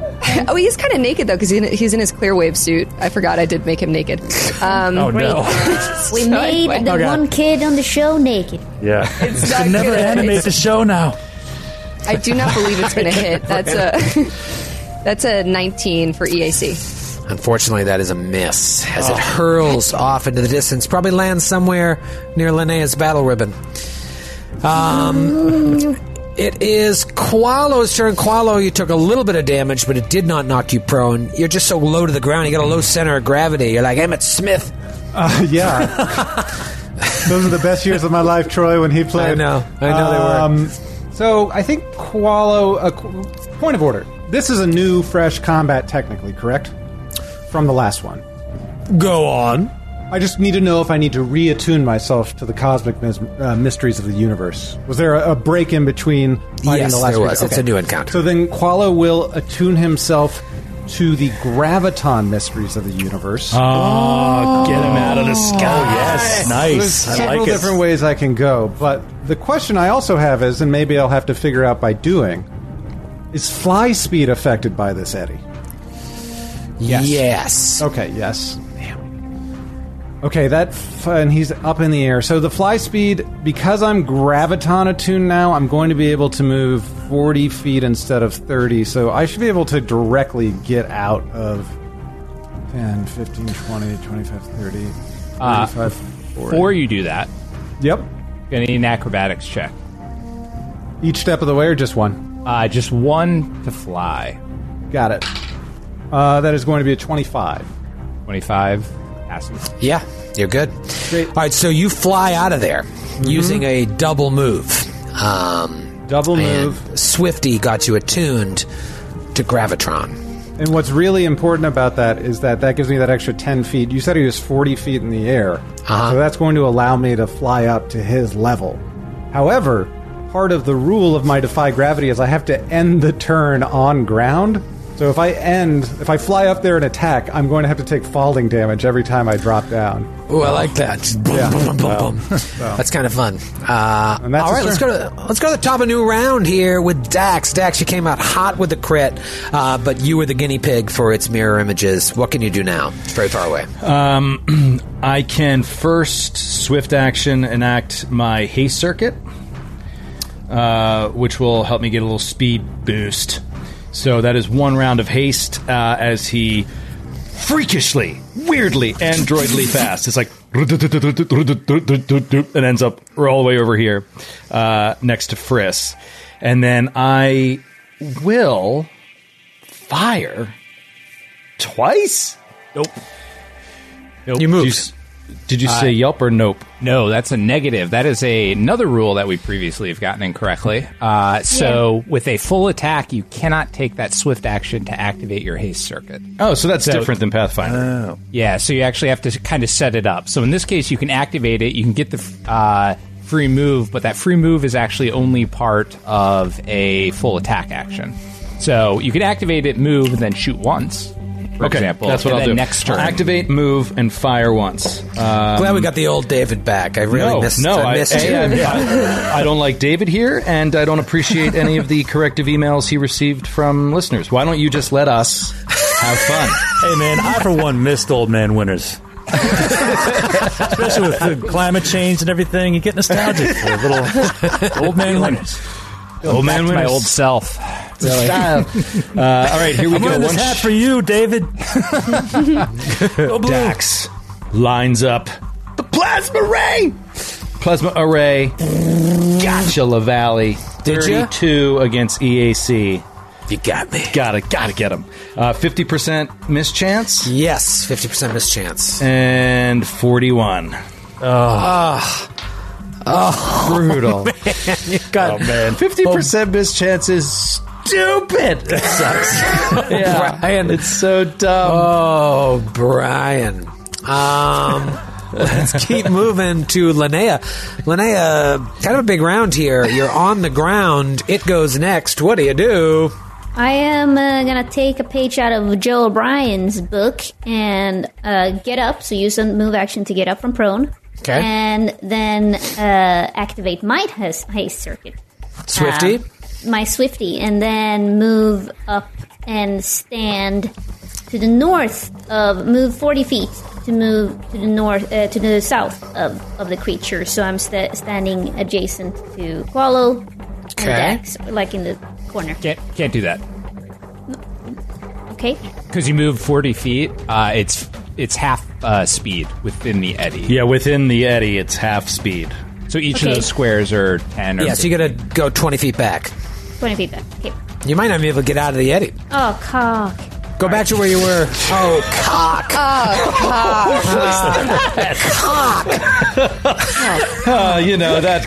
flower. oh, he's kind of naked though because he's in his clear wave suit. I forgot I did make him naked. Um, Oh no. We made the one kid on the show naked. yeah. It's not never gonna- animate the show now. I do not believe it's going to hit. That's a that's a 19 for E EAC. Unfortunately, that is a miss as Oh. it hurls off into the distance. Probably lands somewhere near Linnea's battle ribbon. Um, it is Qualo's turn. Qualo, you took a little bit of damage, but it did not knock you prone. You're just so low to the ground. You got a low center of gravity. You're like Emmett Smith. Uh, yeah. Those are the best years of my life, Troy, when he played. Um, I know. I know they were. they were. So I think Qualo. Uh, qu- point of order. This is a new, fresh combat, technically, correct? From the last one. Go on. I just need to know if I need to reattune myself to the cosmic mis- uh, mysteries of the universe. Was there a, a break in between fighting Yes, the last there was. creature? It's a new encounter. So then Qualo will attune himself to the graviton mysteries of the universe. Oh, get him out of the Oh, sky. Yes, There's nice. I several like different it. ways I can go, but the question I also have is, and maybe I'll have to figure out by doing, is fly speed affected by this eddy? Yes. Okay, yes. Okay, that f- and he's up in the air. So the fly speed, because I'm graviton attuned now, I'm going to be able to move 40 feet instead of 30. So I should be able to directly get out of 10, 15, 20, 25, 30, Uh, 35, 40. Before you do that, Yep. you're gonna need an acrobatics check. Each step of the way or just one? Uh, just one to fly. Got it. Uh, that is going to be a 25. 25 passes. Yeah, you're good. All right, so you fly out of there Mm-hmm. using a double move. Um, Double and move. Swifty got you attuned to Gravitron. And what's really important about that is that that gives me that extra 10 feet. You said he was 40 feet in the air. So that's going to allow me to fly up to his level. However, part of the rule of my Defy Gravity is I have to end the turn on ground. So if I end, if I fly up there and attack, I'm going to have to take falling damage every time I drop down. Oh, I like that. Just boom, boom, boom, boom, boom. That's kind of fun. Uh, all And that's right, his let's go turn. to let's go to the top of a new round here with Dax. Dax, you came out hot with the crit, uh, but you were the guinea pig for its mirror images. What can you do now? It's very far away. Um, I can first swift action enact my haste circuit, uh, which will help me get a little speed boost. So that is one round of haste uh, as he freakishly, weirdly, androidly fast. It's like and ends up all the way over here uh, next to Friss, and then I will fire twice. Nope. You moved. Did you, s- did you say yelp or nope? Uh, No, that's a negative. That is a, another rule that we previously have gotten incorrectly. Uh, so, with a full attack, you cannot take that swift action to activate your haste circuit. Oh, so that's different than uh, Pathfinder. Yeah, so you actually have to kind of set it up. So, in this case, you can activate it. You can get the uh, free move, but that free move is actually only part of a full attack action. So, you can activate it, move, and then shoot once. For okay, example, that's what and I'll then do. Next turn, I'll activate, move, and fire once. Uh, Glad we got the old David back. I really no, missed. no, I I, missed A, you. I- I- I don't like David here, and I don't appreciate any of the corrective emails he received from listeners. Why don't you just let us have fun? Hey, man, I for one missed old man winters. Especially with the climate change and everything, you get nostalgic for a little old man winters. old back man to my winters. old self. style. Uh, all right, here we I'm go. wearing this One hat sh- for you, David. Go blue. Dax lines up the plasma ray. Plasma array. Gotcha, LaValley. Did ya? 32 against EAC. You got me. Gotta, gotta get him. Uh, 50% mischance Yes, fifty percent mischance. and 41. Oh. Brutal. Oh, man. 50% mischance is stupid. It sucks. yeah. Brian. It's so dumb. Oh, Brian. Um, let's keep moving to Linnea. Linnea, kind of a big round here. You're on the ground. It goes next. What do you do? I am uh, gonna take a page out of Joe O'Brien's book and uh, get up. So use a move action to get up from prone. Okay. And then uh, activate my haste, haste circuit. Swifty? Uh, my Swifty, and then move up and stand to the north of move forty feet to move to the north uh, to the south of, of the creature. So I'm sta standing adjacent to Qualo and Okay. Dax, like in the corner. Can't can't do that. Okay. Because you move forty feet, uh, it's it's half uh, speed within the eddy. Yeah, within the eddy, it's half speed. So each Okay. of those squares are ten. Or yeah, so you got to go 20 feet back. 20 feet back. Okay. You might not be able to get out of the eddy. Oh, cock. Go back to where you were. Oh, cock. Uh, you know, that.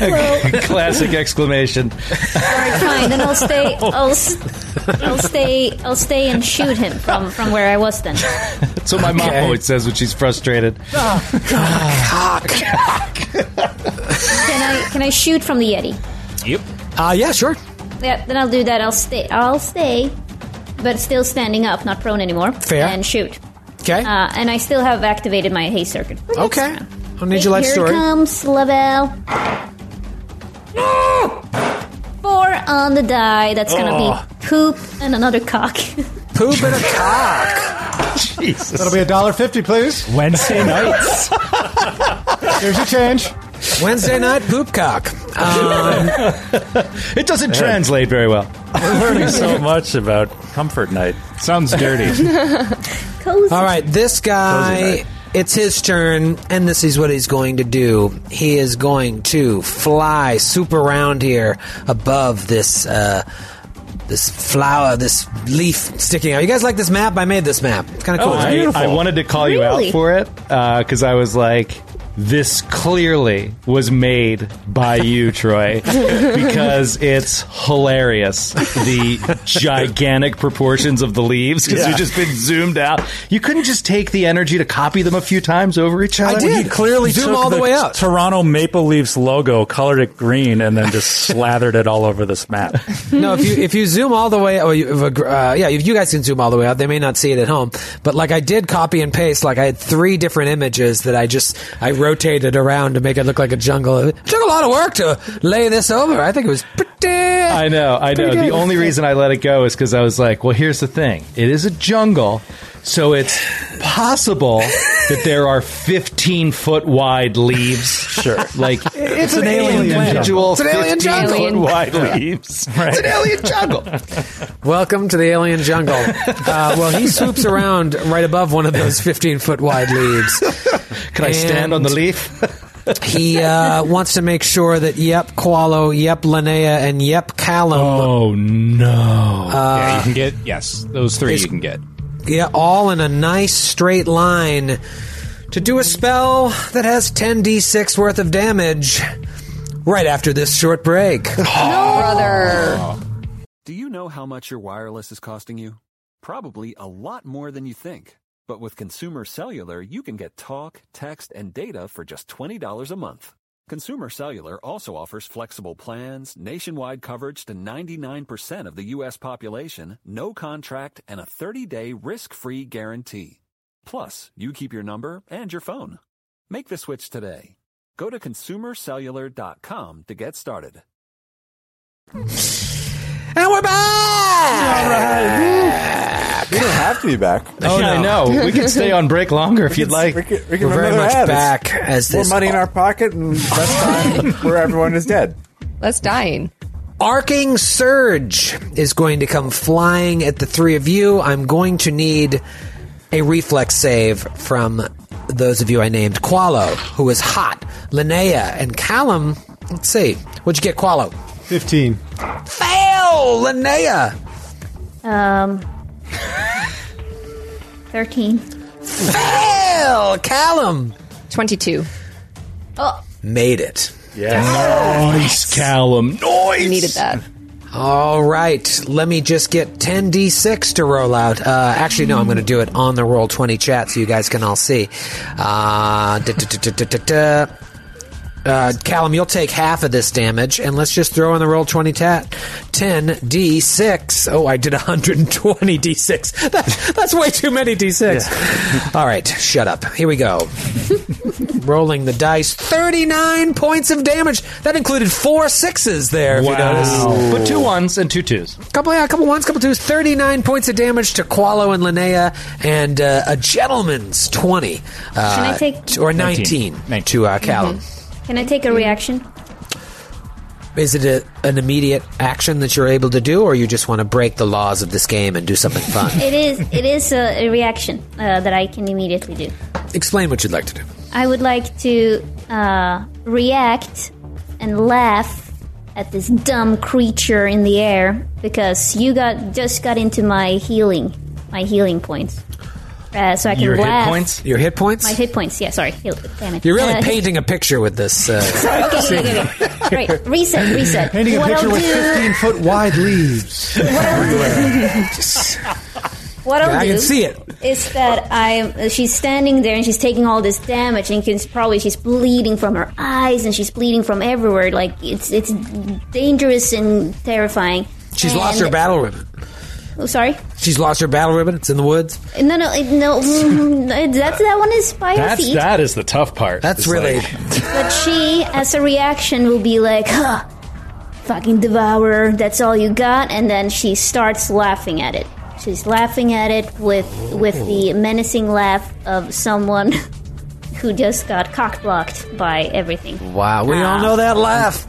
Classic exclamation. All right, fine. Then I'll stay. I'll, s- I'll stay. I'll stay and shoot him from from where I was then. That's what my mom Okay. always says when she's frustrated. Can I can I shoot from the yeti? Yep. Uh, yeah, sure. Yeah. Then I'll do that. I'll stay. I'll stay, but still standing up, not prone anymore. Fair. And shoot. Okay. Uh, and I still have activated my hay circuit. Okay. I need your life Here story. comes Lavelle. Four on the die. That's gonna Oh. be poop and another cock. Poop and a cock. That'll be a dollar fifty, please. Wednesday nights. Here's your change. Wednesday night poop cock. Um, uh, It doesn't translate very well. We're learning so much about comfort night. Sounds dirty. Cozy. All right, this Cozy guy. night. It's his turn, and this is what he's going to do. He is going to fly super round here above this uh, this flower, this leaf sticking out. You guys like this map? I made this map. It's kind of cool. Oh, I, I wanted to call you Really? out for it because I was like, this clearly was made by you, Troy, because it's hilarious. The gigantic proportions of the leaves because you've just been zoomed out. You couldn't just take the energy to copy them a few times over each other. I did. clearly zoom Took all the, way up. Toronto Maple Leafs logo, colored it green, and then just slathered it all over this map. no, if you if you zoom all the way, oh, you, if a, uh, yeah, if you guys can zoom all the way out, they may not see it at home. But like I did, copy and paste. Like I had three different images that I just I rotated around to make it look like a jungle. It took a lot of work to lay this over. I think it was pretty. I know, I know. The only reason I let it go is because I was like, well, here's the thing it is a jungle, so it's possible that there are 15 foot wide leaves. Sure. Like, it's, an alien individual. It's an alien 15 jungle. foot Alien. wide leaves. It's an alien jungle. Welcome to the alien jungle. Uh, well, he swoops around right above one of those fifteen foot wide leaves. Can I stand on the And- leaf? He uh, wants to make sure that yep, Qualo, yep, Linnea, and yep, Callum uh, Oh, no. yeah, you can get yes, those three you can get. Yeah, all in a nice straight line to do a spell that has 10d6 worth of damage right after this short break. Oh, brother. Do you know how much your wireless is costing you? Probably a lot more than you think. But with Consumer Cellular, you can get talk, text, and data for just $20 a month. Consumer Cellular also offers flexible plans, nationwide coverage to 99% of the U.S. population, no contract, and a 30 day risk free guarantee. Plus, you keep your number and your phone. Make the switch today. Go to consumercellular.com to get started. And we're back! We don't have to be back. oh, I know. We could stay on break longer if you'd like. we can, we can We're very another much ad. back as It's More this money in our pocket and less time where everyone is dead. Let's dying. arcing surge is going to come flying at the three of you. I'm going to need a reflex save from those of you I named. Qualo, who is hot, Linnea, and Callum. Let's see. What'd you get, Qualo? Fifteen. Fail, Linnea. Um, thirteen. Fail, Callum. 22. Made it. Nice, Callum. I needed that. All right, let me just get 10d6 to roll out. Uh, actually, no, I'm going to do it on the roll 20 chat so you guys can all see. Uh, da- da- da- da- da- da- da. Uh, Callum, you'll take half of this damage, and let's just throw in the roll 20 tat. 10d6. Oh, I did 120d6. That, that's way too many d6. all right, shut up. Here we go. Rolling the dice. 39 points of damage. That included four sixes there, if you notice. But two ones and two twos. Couple, yeah, couple ones, couple twos. Thirty-nine points of damage to Qualo and Linnea, and uh, a gentleman's twenty. Uh, Can I take- Mm-hmm. t- or nineteen, Nineteen. Nineteen. to uh, Callum? Can I take a reaction? Is it a, an immediate action that you're able to do, or you just want to break the laws of this game and do something fun? It is. It is a, a reaction uh, that I can immediately do. Explain what you'd like to do. I would like to uh, react and laugh at this dumb creature in the air because you got just got into my healing, my healing points. uh, so I can Your hit laugh. points? Your hit points? My hit points. Yeah, sorry. Heal- Damn it. You're really Uh, painting a picture with this. Uh, Sorry. Okay. scene. okay, okay, okay. Right. Reset. Reset. Painting a What picture I'll with do- 15 foot wide leaves. What I'll I do can see it. is that I she's standing there and she's taking all this damage and can, probably she's bleeding from her eyes and she's bleeding from everywhere. Like it's it's dangerous and terrifying. She's And- lost her battle ribbon. Oh, sorry. She's lost her battle ribbon. It's in the woods. No, no, it- no. mm, That's that one is fire That's feet. that is the tough part. That's It's really. But she, as a reaction, will be like, huh, fucking devourer, that's all you got. And then she starts laughing at it. She's laughing at it with with the menacing laugh of someone who just got cockblocked by everything. Wow, we all know that laugh.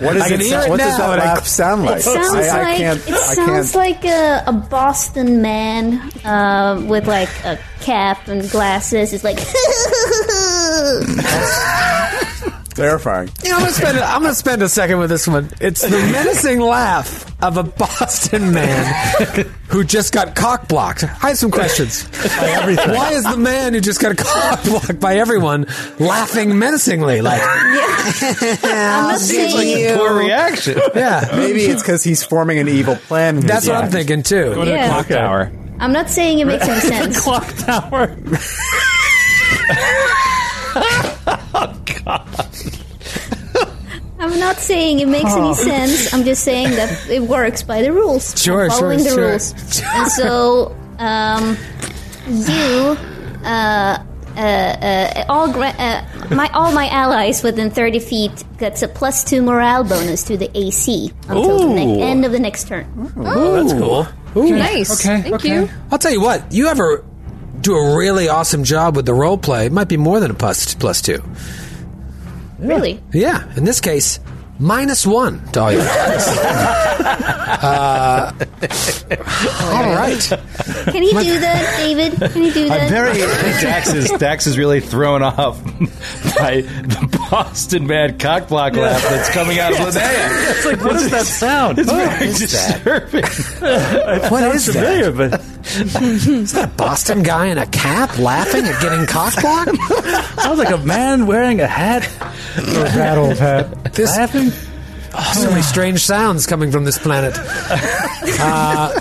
What, I is it, can hear it what does now. that laugh sound like? It sounds I, I like can't. it I sounds can't. like a, a Boston man uh, with like a cap and glasses. It's like Terrifying. You know, I'm gonna spend. I'm gonna spend a second with this one. It's the menacing laugh of a Boston man who just got cock blocked. I have some questions. Why is the man who just got cock blocked by everyone laughing menacingly? Like, I'm not saying poor reaction. yeah, Maybe it's because he's forming an evil plan. in his that's what I'm mind. thinking too. Go to Yeah. the clock Okay. tower. I'm not saying it makes any sense. Clock tower. I'm not saying it makes any sense. I'm just saying that it works by the rules. Sure, I'm following sure, the sure. rules. And so, um, you, uh, uh, uh, all gra- uh, my all my allies within 30 feet gets a plus two morale bonus to the AC until the Ooh. ne- end of the next turn. Oh, That's cool. Ooh. Nice. Okay. Thank you. I'll tell you what. You ever do a really awesome job with the role play? It might be more than a plus plus two. Really? Yeah, in this case, minus one to all your attacks. uh, all right. Can you do that, David? Can you do that? I'm very Dax is Dax is really thrown off by the Boston man cock block laugh that's coming out of Linnea. It's like, what is that sound? It's very is that? disturbing. What is that? familiar, but Is that a Boston guy in a cap laughing at getting cock blocked? sounds like a man wearing a hat. That old hat. This Oh, Laughing. so many strange sounds coming from this planet. Uh,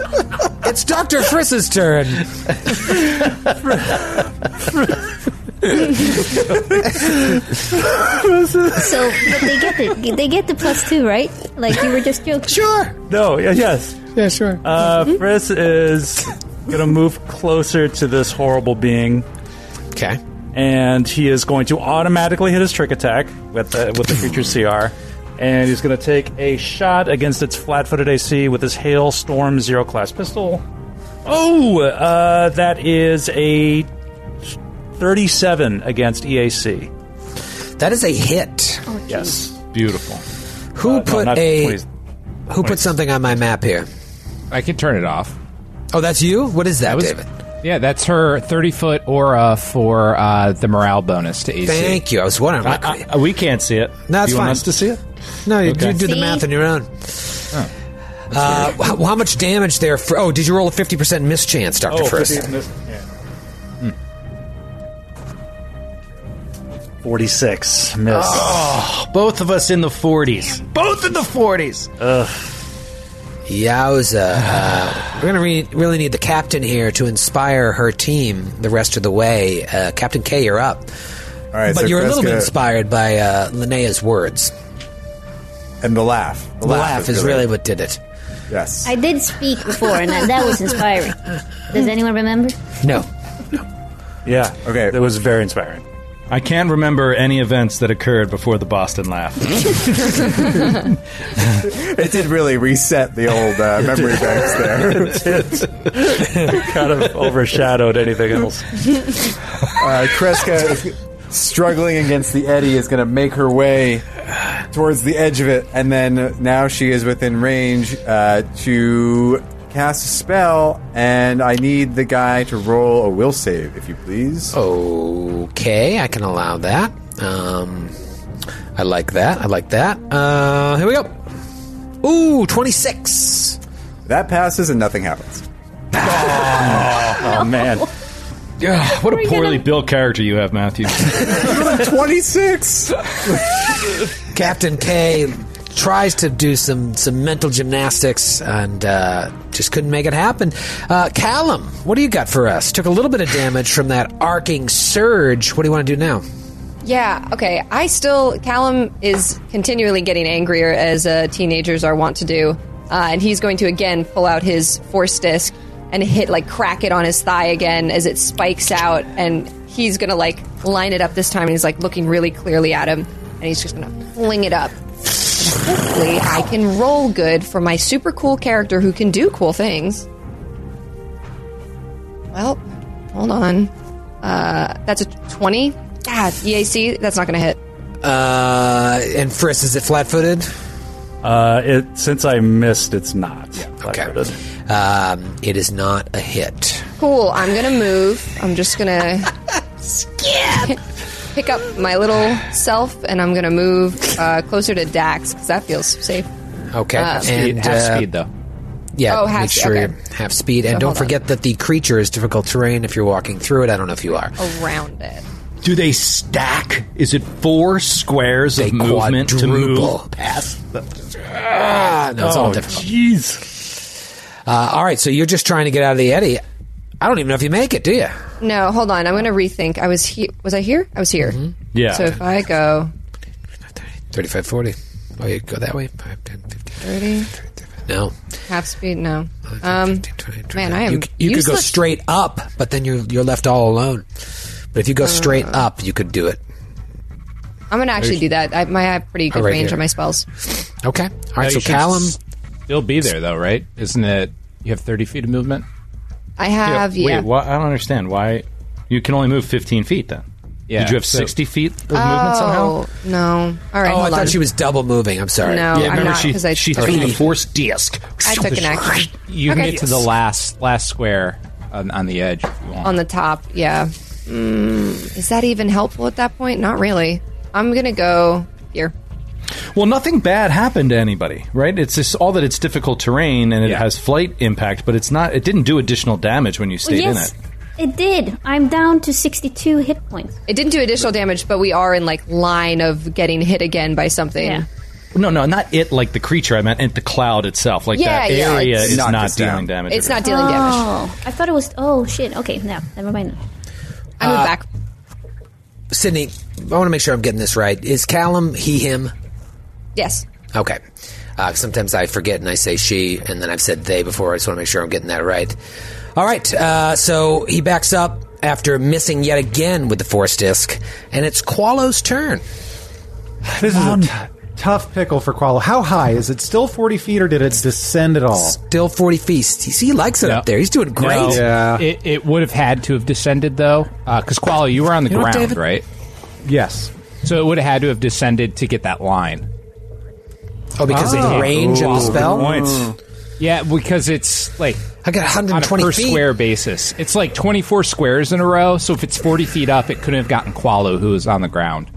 it's Dr. Friss's turn. so, but they get the they get the plus two, right? Like you were just joking. Sure. No, yeah, yes. Yeah, sure. Uh, Friss is gonna move closer to this horrible being, Okay. and he is going to automatically hit his trick attack with the, with the creature's CR, and he's gonna take a shot against its flat-footed AC with his hailstorm zero class pistol. Oh, uh, that is a thirty-seven against E EAC. That is a hit. Yes. Uh, Beautiful. Who No, put not a 20. who put something on my map here? I can turn it off. Oh, that's you? What is that, David? Yeah, that's her 30 foot aura for uh, the morale bonus to AC. Thank you. I was wondering. what- I, uh, I, we can't see it. That's you fine. want us to see it? No, you, Okay. you do the See? math on your own. Oh, Uh, wh- how, much damage there? For, oh, did you roll a fifty percent mischance, Oh, Oh, Doctor First? Forty-six miss. Ah, Both of us in the 40s. Both in the 40s. Yowza! Uh, we're gonna re- really need the captain here to inspire her team the rest of the way. Uh, captain K, you're up, All right, but so you're a Kreska- little bit inspired by uh, Linnea's words. and the laugh. The, The laugh is really what did it. yes. I did speak before, and that, that was inspiring. Does anyone remember? No, Yeah. Okay. It was very inspiring. I can't remember any events that occurred before the Boston laugh. it did really reset the old uh, memory banks there. kind of overshadowed anything else. Uh, Kreska is struggling against the eddy is going to make her way towards the edge of it, and then uh, now she is within range uh, to cast a spell. And I need the guy to roll a will save, if you please. okay, I can allow that. Um, I like that. I like that. Uh, here we go. Ooh, twenty six. That passes, and nothing happens. Oh, oh, man. Yeah, what a poorly built character you have, Matthew. 26. Captain K tries to do some some mental gymnastics and uh, just couldn't make it happen. Uh, Callum, what do you got for us? Took a little bit of damage from that arcing surge. What do you want to do now? Yeah, okay. I still. Callum is continually getting angrier, as uh, teenagers are wont to do. Uh, and he's going to again pull out his force disc and hit, like, crack it on his thigh again as it spikes out. And he's going to, like, line it up this time. And he's, like, looking really clearly at him. And he's just going to fling it up. Hopefully, I can roll good for my super cool character who can do cool things. Well, hold on. Uh, that's a 20. Ah, EAC, that's not going to hit. Uh, and Friss, is it flat footed? Uh, it since I missed, it's not. okay. Um, it is not a hit. Cool, I'm going to move. I'm just going to. Skip! Pick up my little self, and I'm going to move uh, closer to Dax, because that feels safe. Okay. Uh, Half speed- half speed, though. Yeah, Oh, half make speed, sure okay. you have speed. And So don't hold on. forget that the creature is difficult terrain if you're walking through it. I don't know if you are. Around it. Do they stack? Is it four squares of movement to quadruple. move past? Ah, no, it's all Oh, difficult. Jeez. Uh, all right, so you're just trying to get out of the eddy. I don't even know if you make it, do you? No, hold on. I'm going to rethink. I was here. Was I here? I was here. Yeah. So if I go 35, 40. Oh, you go that way? Five, 10, 15. 30, No. half speed, no. Oh, Um, man, I am. You, you could go useless. straight up, but then you're, you're left all alone. But if you go straight Uh. up, you could do it. I'm going to actually do that. I, my, I have pretty Oh, good right range here. on my spells. Okay. All right, No, so you should Callum. s- Still be there, though, right? Isn't it. You have 30 feet of movement? I have, yeah. Wait, why, I don't understand. Why you can only move 15 feet then? Yeah, Did you have so- 60 feet of movement somehow? Oh, no. All right, oh, I hold thought on. she was double moving. I'm sorry. No, yeah, I'm remember not, she 'cause I she took threw an the action. force disc. I took an action. You can Okay. get to the last last square on, on the edge if you want. On the top, yeah. Mm, is that even helpful at that point? Not really. I'm going to go here. Well, nothing bad happened to anybody, right? It's just all that it's difficult terrain and it has flight impact, but it's not. It didn't do additional damage when you Well, stayed yes, in it. it did. I'm down to 62 hit points. It didn't do additional damage, but we are in like line of getting hit again by something. Yeah. No, no, not it like the creature. I meant it, the cloud itself. Like Yeah, that yeah, area it's- is Knocked not, us down. dealing damage. It's not dealing damage. Oh, I thought it was. Oh shit. Okay, now never mind. I Uh, move back. Sydney, I want to make sure I'm getting this right. Is Callum he, him? Yes. Okay. Uh, sometimes I forget and I say she, and then I've said they before. I just want to make sure I'm getting that right. All right. Uh, so he backs up after missing yet again with the force disc, and it's Qualo's turn. This is a t- tough pickle for Qualo. How high is it? Still forty feet, or did it descend at all? Still forty feet. He likes it up there. He's doing great. No. Yeah. It, it would have had to have descended, though, because Qualo, you were on the You know what, ground, David? right? Yes. So it would have had to have descended to get that line. Ah. Oh, because of the range of the spell. Mm. Yeah, because it's like I got 120 on a per feet. square basis. It's like 24 squares in a row. So if it's 40 feet up, it couldn't have gotten Qualo, who was on the ground.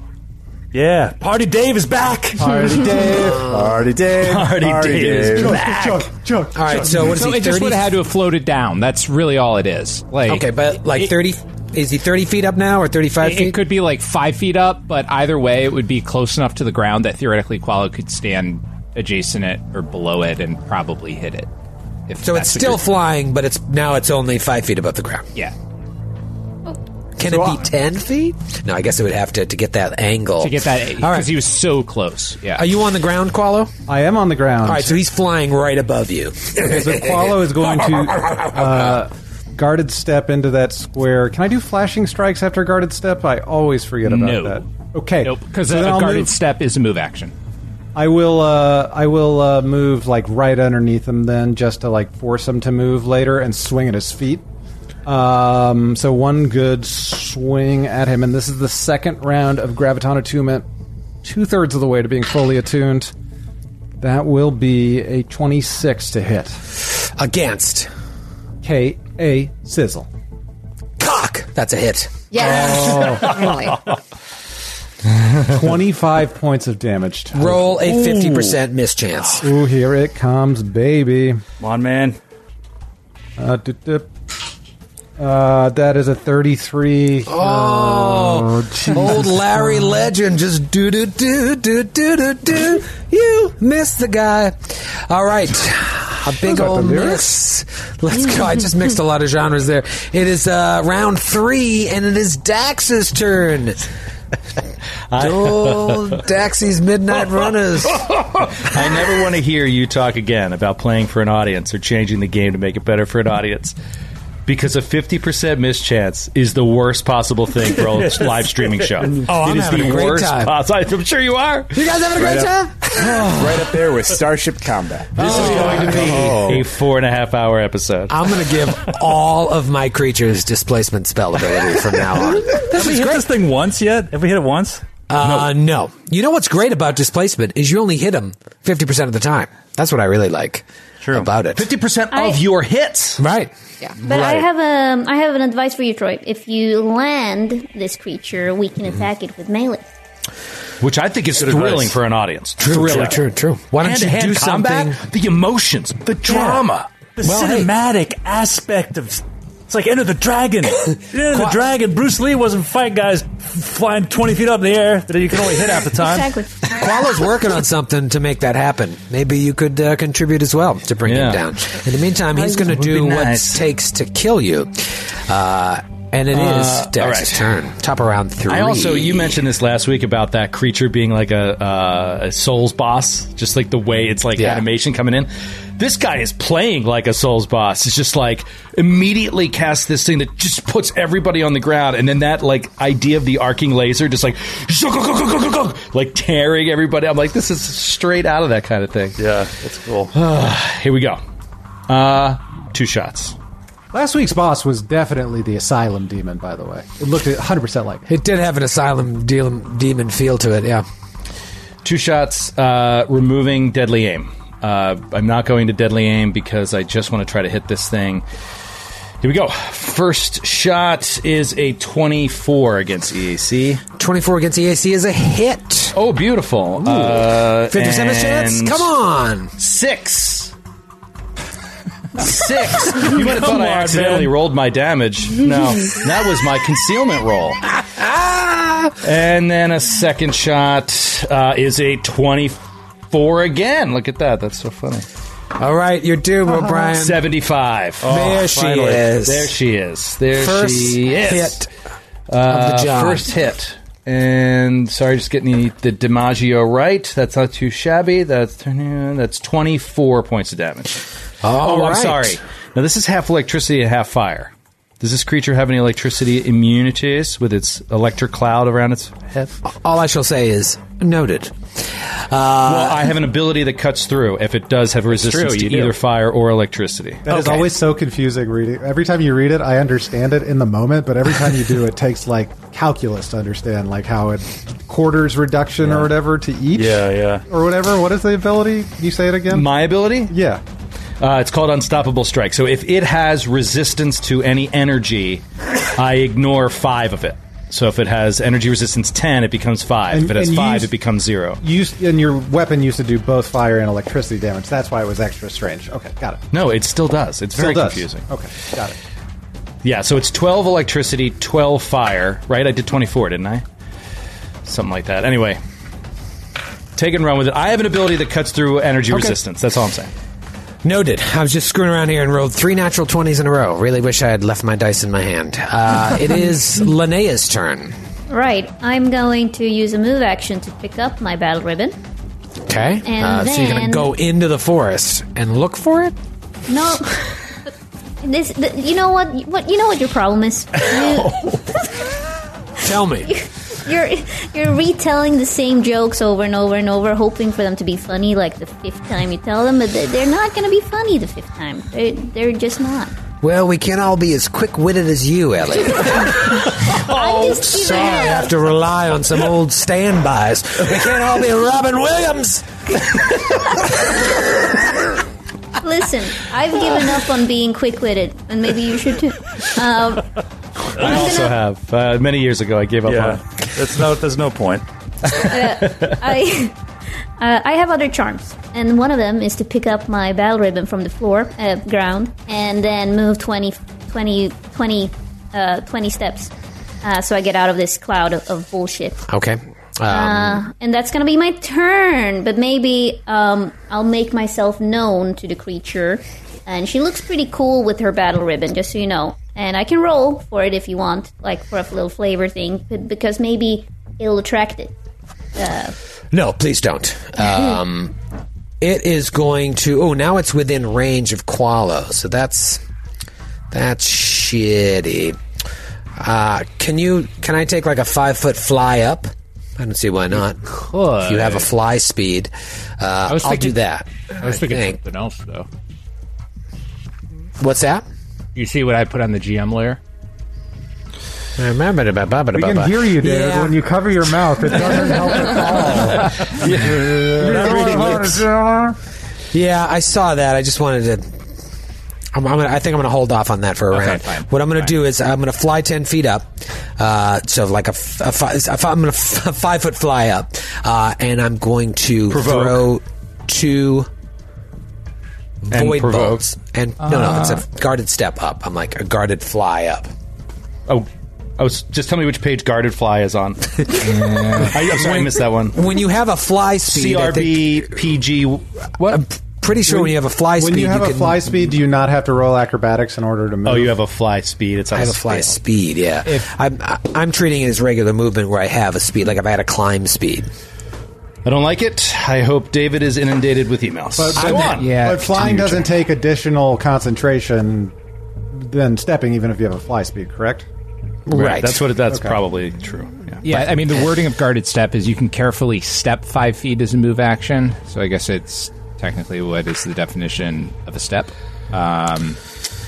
Yeah, Party Dave is back. Party Dave. Party Dave. Party Dave is Dave. All right. So what is So he? it just 30? would have had to have floated down. That's really all it is. Like okay, but like it- 30. Is he 30 feet up now or 35 It, feet? it could be like five feet up, but either way, it would be close enough to the ground that theoretically Qualo could stand adjacent it or below it and probably hit it. If so it's that's the still gr- flying, but it's now it's only five feet above the ground. yeah. Can So it I- be ten feet? No, I guess it would have to to get that angle To get that, because All right. he was so close. Yeah. Are you on the ground, Qualo? I am on the ground. All right, so he's flying right above you. So Qualo is going to uh, guarded step into that square. Can I do flashing strikes after guarded step? I always forget about No. that. Okay. Nope, because So a then I'll guarded move- step is a move action. I will. Uh, I will uh, move like right underneath him then, just to like force him to move later and swing at his feet. Um, so one good swing at him, and this is the second round of graviton attunement, two thirds of the way to being fully attuned. That will be a twenty-six to hit. Against K A sizzle. cock, that's a hit. Oh. Yes. Definitely. 25 points of damage. To Roll a fifty percent mischance. Ooh, here it comes, baby. Come on, man. Uh, dup, dup. Uh, that is a 33. Oh, Jesus old Larry Christ. Legend just do do do do do do do. You missed the guy. All right, a big Those aren't old the mix. Let's go. I just mixed a lot of genres there. It is uh, round three, and it is Dax's turn. Old Daxy's Midnight Runners. I never want to hear you talk again about playing for an audience or changing the game to make it better for an audience. Because a 50% mischance is the worst possible thing for a live streaming show. Oh, I'm It is having the a great worst time. poss- I'm sure you are. You guys having a great Right time? right up there with Starship Combat. This is going to be A four and a half hour episode. Oh. I'm going to give all of my creatures displacement spell ability from now on. Have we hit this thing once yet? Have we hit it once? Uh, no. You know what's great about displacement is you only hit them 50% of the time. That's what I really like about it. 50% I- of your hits. Right. Yeah. But I Right. have a I have an advice for you, Troy. If you land this creature, we can attack it with melee. Which I think is thrilling for an audience. True, thrilling. true, true, true. Why don't you do Hand-to-hand combat, The emotions, the drama. The Well, hey. cinematic aspect of it's like Enter the Dragon. Enter the Quite- Dragon. Bruce Lee wasn't fighting guys f- flying twenty feet up in the air that you can only hit half the time. Exactly. Qualo's working on something to make that happen. Maybe you could uh, contribute as well to bring Yeah. him down. In the meantime, he's going to Would be do what nice. it takes to kill you. Uh, and it is Uh, Dex's all turn. Top around three. I also you mentioned this last week about that creature being like a, uh, a Souls boss, just like the way it's like Yeah. animation coming in. This guy is playing like a Souls boss. It's just like immediately cast this thing that just puts everybody on the ground, and then that like idea of the arcing laser, just like like tearing everybody. I'm like, this is straight out of that kind of thing. Yeah, that's cool. Here we go. Uh, two shots. Last week's boss was definitely the asylum demon, by the way. It looked 100% like it. It did have an asylum demon, demon feel to it, yeah. Two shots, uh, removing deadly aim. Uh, I'm not going to deadly aim because I just want to try to hit this thing. Here we go. First shot is a 24 against EAC. 24 against EAC is a hit. Oh, beautiful. Uh, 50% chance? and Come on. Six. Six. You might have thought I on, accidentally man. rolled my damage. No, that was my concealment roll. And then a second shot uh, is a 24 again. Look at that. That's so funny. All right, you're doomed, O'Brien. 75. There she Oh, finally. is. There she is. There First she is. hit Uh, of the job. First hit. And sorry, just getting the, the DiMaggio right. That's not too shabby. That's that's 24 points of damage. All oh, I'm right. sorry. Now, this is half electricity and half fire. Does this creature have any electricity immunities with its electric cloud around its head? All I shall say is noted. Uh, well, I have an ability that cuts through if it does have resistance to you do. either fire or electricity. That is Okay. always so confusing reading. Every time you read it, I understand it in the moment, but every time you do, it takes like calculus to understand like how it quarters reduction or whatever to each. Yeah, yeah. Or whatever. What is the ability? Can you say it again? My ability? yeah. Uh, it's called Unstoppable Strike. So if it has resistance to any energy, I ignore five of it. So if it has energy resistance 10, it becomes five. And- if it has and you five, used- it bemes zero. You used, and your weapon used to do both fire and electricity damage. That's why it was extra strange. Okay, got it. No, it still does. It's Still very does. confusing. Okay, got it. Yeah, so it's 12 electricity, 12 fire, right? I did 24, didn't I? Something like that. Anyway, take and run with it. I have an ability that cuts through energy resistance. That's all I'm saying. Noted. I was just screwing around here and rolled three natural 20s in a row. Really wish I had left my dice in my hand. Uh, it is Linnea's turn. Right. I'm going to use a move action to pick up my battle ribbon. Okay? And uh, so you're going then- to go into the forest and look for it? No. This, th you know what? What you know what your problem is? You, Tell me. you're you're retelling the same jokes over and over and over, hoping for them to be funny like the fifth time you tell them, but they- they're not going to be funny the fifth time. They're, they're just not. well, we can't all be as quick witted as you, Elliot. I'm just Sorry, I have to rely on some old standbys. We can't all be Robin Williams. Listen, I've given up on being quick-witted, and maybe you should too. Um, I also have. Uh, many years ago, I gave up on Yeah, it. that's no. There's no point. I, uh, I have other charms, and one of them is to pick up my battle ribbon from the floor, uh, ground, and then move 20, 20, 20, uh, 20 steps, uh, so I get out of this cloud of, of bullshit. Okay. Um, Uh, and that's gonna be my turn, but maybe um, I'll make myself known to the creature. And she looks pretty cool with her battle ribbon, just so you know. And I can roll for it if you want, like for a little flavor thing, but because maybe it'll attract it. Uh, no, please don't. Um, it is going to. Oh, now it's within range of Qualo, so that's that's shitty. Uh, can you? Can I take like a five foot fly up? I don't see why not. If you have a fly speed, uh, I was I'll do thinking- that. I was thinking think. something else though. What's that? You see what I put on the GM layer? I remember it about We can hear you, dude, Yeah. when you cover your mouth. It doesn't help Yeah, I saw that. I just wanted to. I'm, I'm gonna, I think I'm going to hold off on that for a round. What I'm going to do is I'm going to fly ten feet up, uh, so like a, f- a, fi- a fi- I'm going to f- a five foot fly up, uh, and I'm going to throw Provoke. two And void provoke. bolts. And no, no, it's Ah. a guarded step up. I'm like a guarded fly up. Oh, oh, s- just tell me which page guarded fly is on. I, am Uh-huh. sorry, I missed that one. When you have a fly speed, I CRB PG. What? I'm p- pretty sure when you have a fly when speed, you have a can, fly speed, do you not have to roll acrobatics in order to move? Oh, you have a fly speed. It's on I have a fly speed. Yeah, I'm I- I'm treating it as regular movement where I have a speed, like if I had a climb speed. I don't like it. I hope David is inundated with emails. But, Go on. but, but flying doesn't take additional concentration than stepping, even if you have a fly speed, correct? Right. That's what. It, that's Okay. probably true. Yeah. Yeah, I mean the wording of guarded step is you can carefully step five feet as a move action. So I guess it's technically what is the definition of a step. Um,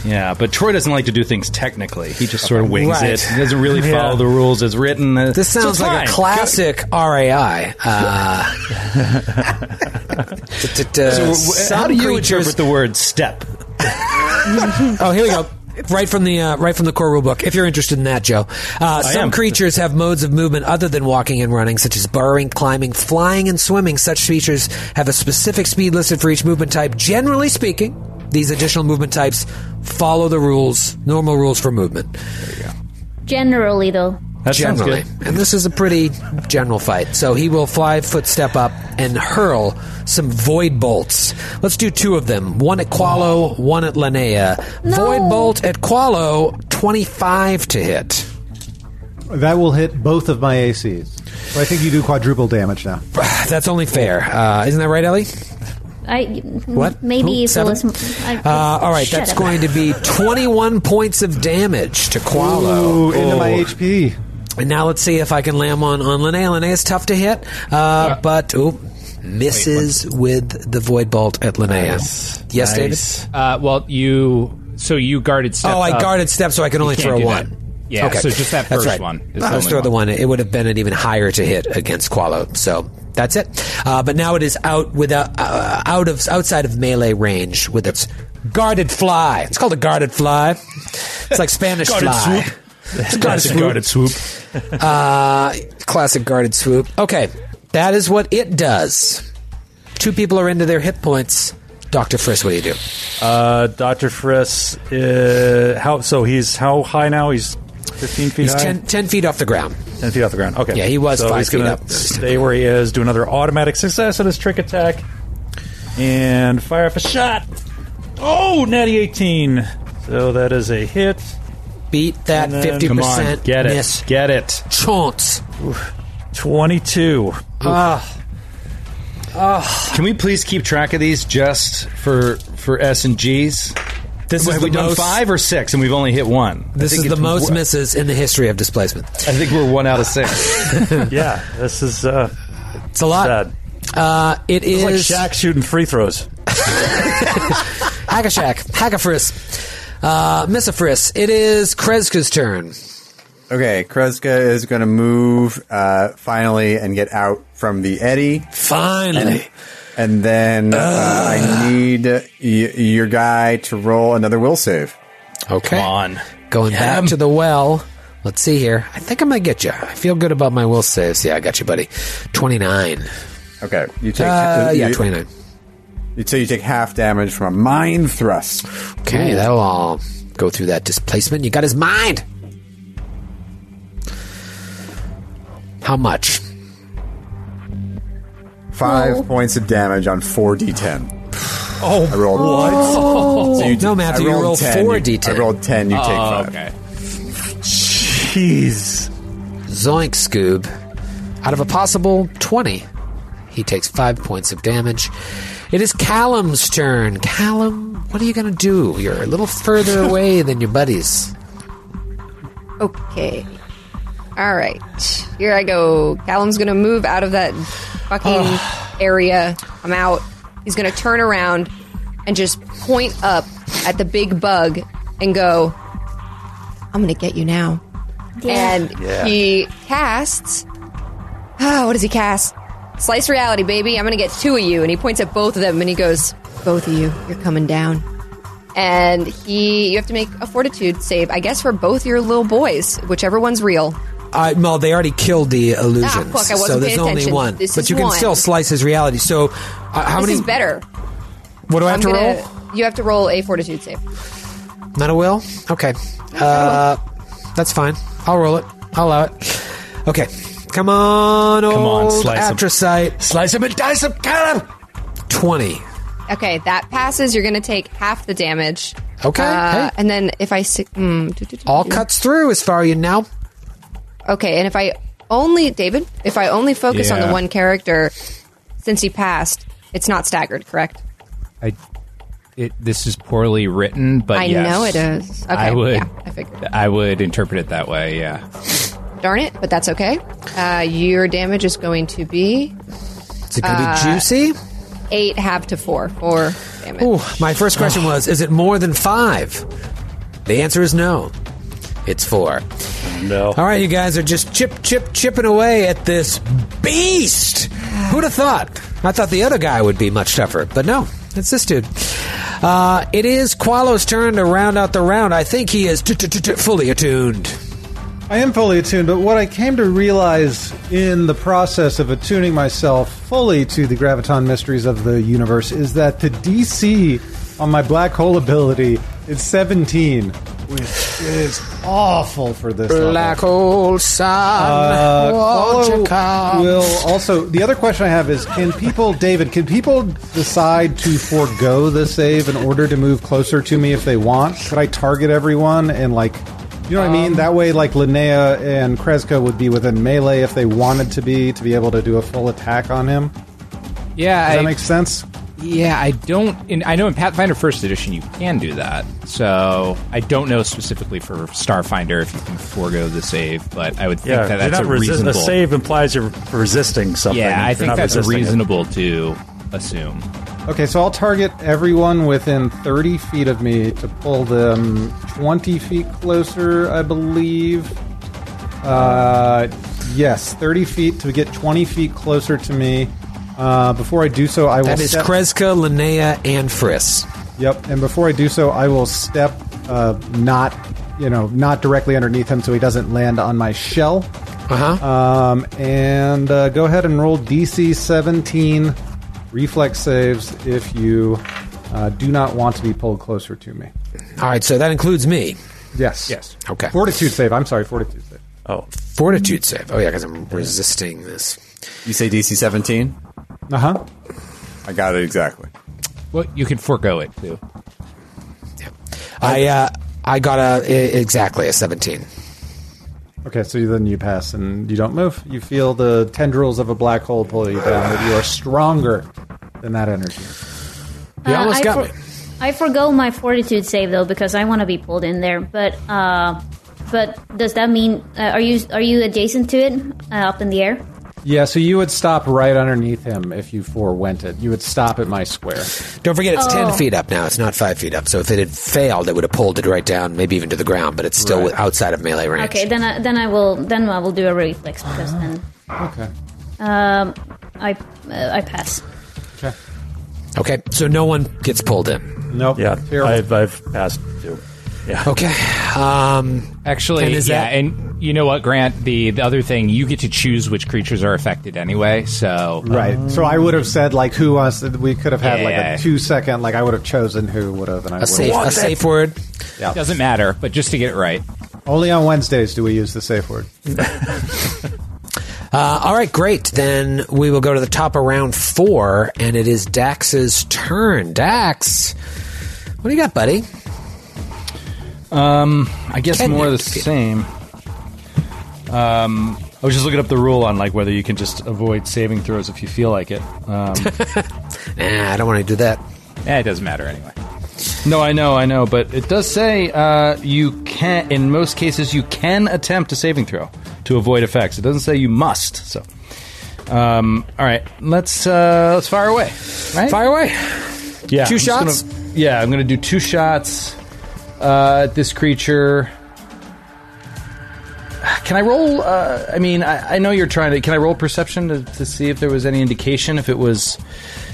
yeah, but Troy doesn't like to do things technically. He just sort of wings Right. it. He doesn't really Yeah. follow the rules as written. Uh, This sounds like a classic RAI. Uh, d- d- d- so, wh- how some do you creatures- interpret the word step? oh, here we go. Right from the uh, right from the core rule book. If you're interested in that, Joe, uh, I some am. creatures have modes of movement other than walking and running, such as burrowing, climbing, flying, and swimming. Such features have a specific speed listed for each movement type. Generally speaking, these additional movement types follow the rules, normal rules for movement. generally, though. generally. And this is a pretty general fight. So he will fly foot step up and hurl some void bolts. Let's do two of them. One at Qualo, one at Linnea. Void bolt at Qualo, 25 to hit. That will hit both of my ACs. So I think you do quadruple damage now. That's only fair. Uh, isn't that right, Ellie? I What? Maybe Who? if Seven? it was. I, Uh, all right, shut that's up. going to be 21 points of damage to Qualo. Ooh, into my HP. And now let's see if I can land one on Linnea. Linnea's tough to hit, uh, but ooh, misses with the Void Bolt at Linnea. Yes, David? Uh, well, you so you guarded step. Oh, I up. guarded step, so I can You only can't throw do one. that. Yeah, so just that That's first right. one. is Well, the let's only throw one. the one. It would have been an even higher to hit against Qualo. So that's it. Uh, but now it is out without uh, out of outside of melee range with its guarded fly. It's called a guarded fly. It's like Spanish Guarded fly. swoop. It's a Classic guarded swoop. uh, classic guarded swoop. Okay, that is what it does. Two people are into their hit points. Doctor Frisk, what do you do? Uh, Doctor Friss, uh, how so? He's how high now? He's fifteen feet. He's high? 10, 10 feet off the ground. 10 feet off the ground. Okay. Yeah, he was so five he's feet gonna up. Stay where he is, do another automatic success on his trick attack, and fire off a shot. Oh, natty 18. So that is a hit. Beat that 50% Get it. miss. Get it. Chance. 22. Ah. Can we please keep track of these just for for S and G's? This Have is we the done most- five or six, and we've only hit one. I This think is the it's most wo- misses in the history of displacement. I think we're one out of six. yeah, this is uh, it's a lot. Sad. Uh, it It's like is Shaq shooting free throws. Hackashack, Hackafris, uh, Missafris. It is Kreska's turn. Okay, Kreska is going to move uh, finally and get out from the eddy. Finally. Ah. And, and then uh, I need y- your guy to roll another will save. Okay. Come on. Going back to the well. Let's see here. I think I'm going to get you. I feel good about my will saves. Yeah, I got you, buddy. 29. Okay. You take Uh, yeah, you- 29. you- So you take half damage from a mind thrust. Okay, that'll all go through that displacement. You got his mind. How much? Five points of damage on four d10. Oh, I rolled what? So you No, Matthew, you rolled roll 10, four you- d10. I rolled ten. You take Oh, five. Okay. Jeez. Zoink Scoob. Out of a possible 20, he takes 5 points of damage. It is Callum's turn. Callum, what are you going to do? You're a little further away than your buddies. Okay. All right. Here I go. Callum's going to move out of that fucking area. I'm out. He's going to turn around and just point up at the big bug and go, I'm going to get you now. And Yeah. he casts. Oh, what does he cast? Slice reality, baby. I'm going to get two of you. And he points at both of them and he goes, Both of you, you're coming down. And he, you have to make a fortitude save, I guess, for both your little boys, whichever one's real. Uh, well, they already killed the illusions, Ah, fuck, I wasn't so there's paying only attention. one. This but is you can one. still slice his reality. So, uh, how this many? is better. what do I have to roll? You have to roll a fortitude save. Not a will? Okay. Uh, that's fine. I'll roll it. I'll allow it. Okay. Come on, Come on, old slice 'em. Atrocyte. Slice him and dice him, Callum! 20. Okay, that passes. You're going to take half the damage. Okay, Uh, hey. And then if I si- mm, do, do, do, All do. cuts through as far as you know. Okay, and if I only David, if I only focus on Yeah. the one character, since he passed, it's not staggered, correct? I, it, this is poorly written, but I yes. know it is. Okay, I would. yeah, I figured. I would interpret it that way. Yeah. Darn it, but that's okay. Uh, your damage is going to be. uh, Is it gonna be juicy? Eight half to four. Four damage. Ooh, my first question was Is it more than five? The answer is no. It's four. No. All right, you guys are just chip, chip, chipping away at this beast. Who'd have thought? I thought the other guy would be much tougher, but no, it's this dude. Uh, it is Qualo's turn to round out the round. I think he is t- t- t- t- fully attuned. I am fully attuned, but what I came to realize in the process of attuning myself fully to the graviton mysteries of the universe is that the DC on my black hole ability is 17, which is awful for this level. Black hole sun. Uh, won't you Qualo come? will also. The other question I have is: Can people, David? Can people decide to forego the save in order to move closer to me if they want? Could I target everyone and like, you know what I mean? That way, like Linnea and Kreska would be within melee if they wanted to be to be able to do a full attack on him. Yeah. Does I- that make sense? Yeah, I don't. In, I know in Pathfinder First Edition you can do that. So I don't know specifically for Starfinder if you can forego the save, but I would think Yeah, that you're that's not a resist- reasonable. a save implies you're resisting something. yeah, I You're think not that's resisting it. reasonable to assume. Okay, so I'll target everyone within 30 feet of me to pull them 20 feet closer, I believe. Uh, yes, 30 feet to get 20 feet closer to me. Uh, before I do so, I will. That is step- Kreska, Linnea, and Friss. Yep, and before I do so, I will step uh, not, you know, not directly underneath him so he doesn't land on my shell. Uh-huh. Um, and uh, go ahead and roll DC 17 reflex saves if you uh, do not want to be pulled closer to me. All right, so that includes me. Yes. Yes. Okay. Fortitude save. I'm sorry, fortitude save. Oh. Fortitude save. Oh, yeah, because I'm resisting this. You say DC 17? Uh huh. I got it exactly. Well, you can forego it too. I uh, I got a i- exactly a 17. Okay, so then you pass and you don't move. You feel the tendrils of a black hole pull you down, but you are stronger than that energy. You almost Uh, I got me. I forgo my fortitude save though because I want to be pulled in there. But uh, but does that mean uh, are you are you adjacent to it uh, up in the air? Yeah, so you would stop right underneath him if you forewent it. You would stop at my square. Don't forget it's Oh. 10 feet up now. It's not 5 feet up. So if it had failed, it would have pulled it right down, maybe even to the ground, but it's still outside of melee range. Okay, then I, then I will then I will do a reflex because then Okay. um, I uh, I pass. Okay, so no one gets pulled in. Nope. Yeah, I've, I've passed two. Yeah. Okay. Um, Actually, and is yeah, that- and You know what, Grant? The the other thing, you get to choose which creatures are affected anyway. So um, Right. so I would have said like who wants. We could have had Yeah, like yeah, yeah. a two second. Like I would have chosen who would have. And I A would safe- a safe word. Doesn't matter, but just to get it right. Only on Wednesdays do we use the safe word. Uh, all right, great. Then we will go to the top of round four, and it is Dax's turn. Dax, what do you got, buddy? Um, I guess Can more you of the same. Um, I was just looking up the rule on like whether you can just avoid saving throws if you feel like it. Um, nah, I don't want to do that. Eh, it doesn't matter anyway. No, I know, I know, but it does say uh, you can. In most cases, you can attempt a saving throw to avoid effects. It doesn't say you must. So, um, all right, let's uh, let's fire away. Right? Fire away. Yeah, Two I'm just shots? gonna- yeah, I'm gonna do two shots uh, at this creature. Can I roll? Uh, I mean, I, I know you're trying to. Can I roll perception to, to see if there was any indication if it was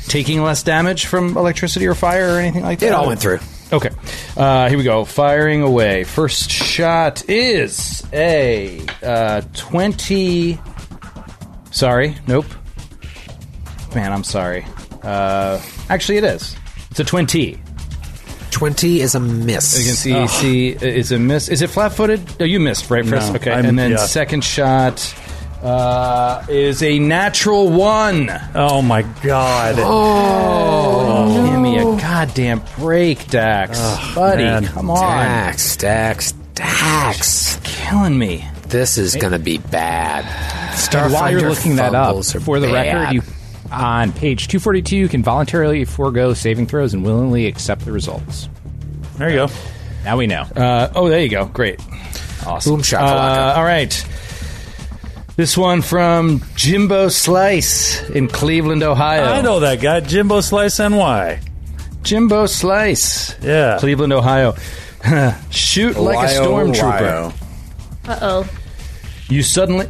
taking less damage from electricity or fire or anything like that? It all went through. Okay, uh, here we go. Firing away. First shot is a uh, twenty. Sorry, nope. Man, I'm sorry. Uh, actually, it is. It's a twenty. 20 is a miss. Oh. Against EEC is a miss. Is it flat-footed? Oh, you missed, right, Chris? No, okay, I'm- and then yeah. second shot uh, is a natural one. Oh my god! Oh, give me a goddamn break, Dax, buddy. man. Come on, Dax, Dax, Dax, killing me. This is going to be bad. And while you're Starfinder looking that up, fumbles are for the bad. record, you on page 242, you can voluntarily forego saving throws and willingly accept the results. There you go. Now we know. Uh, oh, there you go. Great. Awesome. Boom shakalaka. Uh, all right. This one from Jimbo Slice in Cleveland, Ohio. I know that guy, Jimbo Slice NY. Jimbo Slice. Yeah. Cleveland, Ohio. Shoot like a Ohio, stormtrooper. Ohio. Uh oh. You suddenly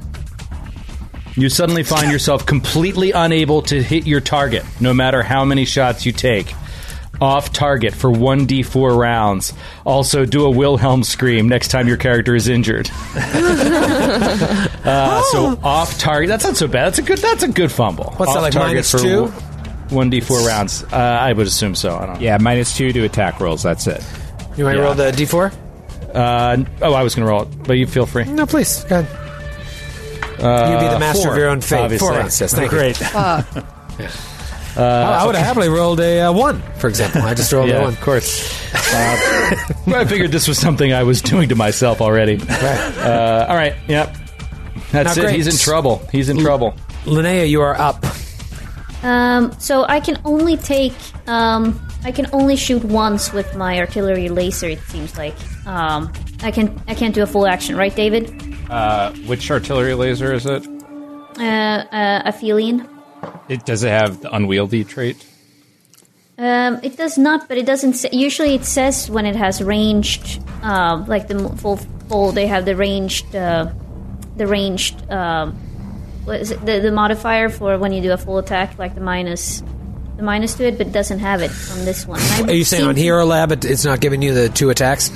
you suddenly find yourself completely unable to hit your target no matter how many shots you take. Off target for 1d4 rounds. Also, do a Wilhelm scream next time your character is injured. Uh, Oh. So off target. That's not so bad. That's a good. That's a good fumble. What's that, Off like, target minus for two? One d four rounds. Uh, I would assume so. I don't. know. Yeah, minus two to attack rolls. That's it. You want to Yeah. roll the d4? Uh, n- oh, I was going to roll it, but you feel free. No, please. Go ahead. Uh, you be the master four, of your own fate. obviously. Uh, Four rounds. Yes, thank Great. you. I, I would have happily rolled a uh, one. For example, I just rolled Yeah, a one. of course. Uh, I figured this was something I was doing to myself already. Uh, all right. Yep. That's Now, it. great. He's in trouble. He's in trouble. Linnea, you are up. Um, so I can only take. Um, I can only shoot once with my artillery laser. It seems like. Um, I can. I can't do a full action, right, David? Uh, which artillery laser is it? Uh, uh, aphelion. It does it have the unwieldy trait? Um, it does not, but it doesn't. Say, usually, it says when it has ranged, um, like the m- full full. They have the ranged, uh, the ranged. Um, what is it, the the modifier for when you do a full attack, like the minus, the minus to it, but it doesn't have it on this one. I Are you saying seem- on Hero Lab it, it's not giving you the two attacks?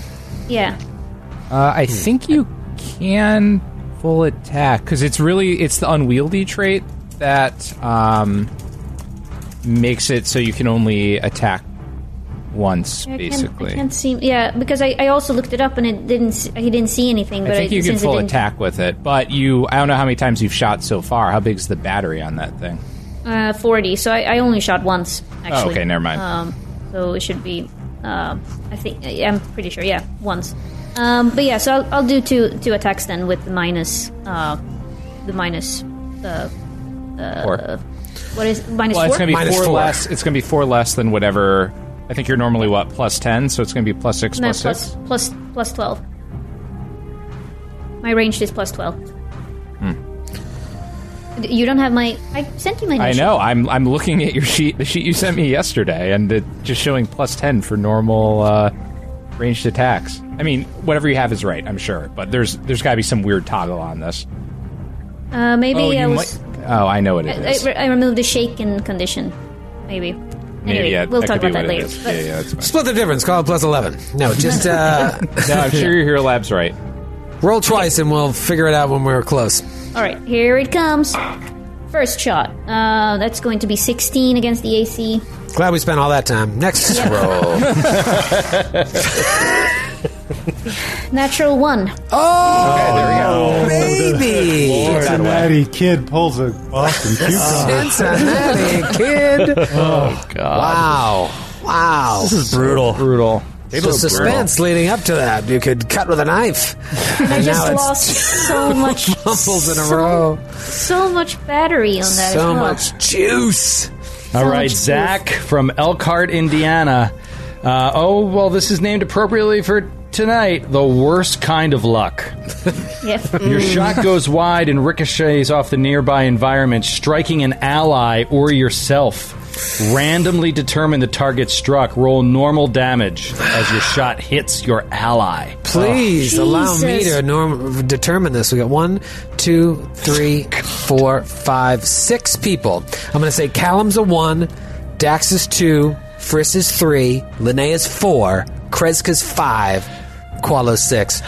Yeah. Uh, Hmm. I think you can full attack because it's really it's the unwieldy trait that um, makes it so you can only attack once, I can't- basically. I can't see. Yeah, because I, I also looked it up and it didn't. s- He didn't see anything. But I think it, you can since it full didn't- attack with it, but you—I don't know how many times you've shot so far. How big's the battery on that thing? Uh, Forty. So I, I only shot once. Actually. Oh, okay, never mind. Um, so it should be. Um, I think I'm pretty sure. Yeah, once. Um, but yeah, so I'll, I'll do two two attacks then with the minus uh, the minus. Uh, uh, Four. What is minus well, four? it's going to be four, four. less. It's going to be four less than whatever. I think you're normally what plus ten, so it's going to be plus six, No, plus six. plus plus plus twelve. My ranged is plus twelve. Hmm. D- You don't have my. I sent you my. I initial. know. I'm I'm looking at your sheet, the sheet you sent me yesterday, and it just showing plus ten for normal uh, ranged attacks. I mean, whatever you have is right, I'm sure, but there's there's got to be some weird toggle on this. Uh, maybe oh, I you was. might- oh, I know what it I, is. I, I removed the shaken condition. Maybe. Maybe, anyway, yeah, we'll that talk could be about that what it later. is. But- Yeah, yeah, that's fine. Split the difference. Call it plus 11. No, just. Uh, No, I'm sure your hero lab's right. Roll twice and we'll figure it out when we're close. All right, here it comes. First shot. Uh, that's going to be 16 against the AC. Glad we spent all that time. Next Natural one. Oh, there we go, baby. Cincinnati kid pulls a Boston cucumber. Cincinnati kid. Oh, God. Wow. Wow. This is brutal. brutal. So suspense leading up to that. You could cut with a knife. And I And just now it's lost so much, mumbles in a so- row. so much battery on that. So as well. much juice. So All right, much Zach from Elkhart, Indiana. Uh, oh, well, this is named appropriately for tonight the worst kind of luck. Yep. Your Mm. shot goes wide and ricochets off the nearby environment, striking an ally or yourself. Randomly determine the target struck. Roll normal damage as your shot hits your ally. Oh, Please allow me to norm- determine this. We got one, two, three, four, five, six people. I'm going to say Callum's a one, Dax is two, Friss is three, Linnea's four, Kreska's five, Qualo's six.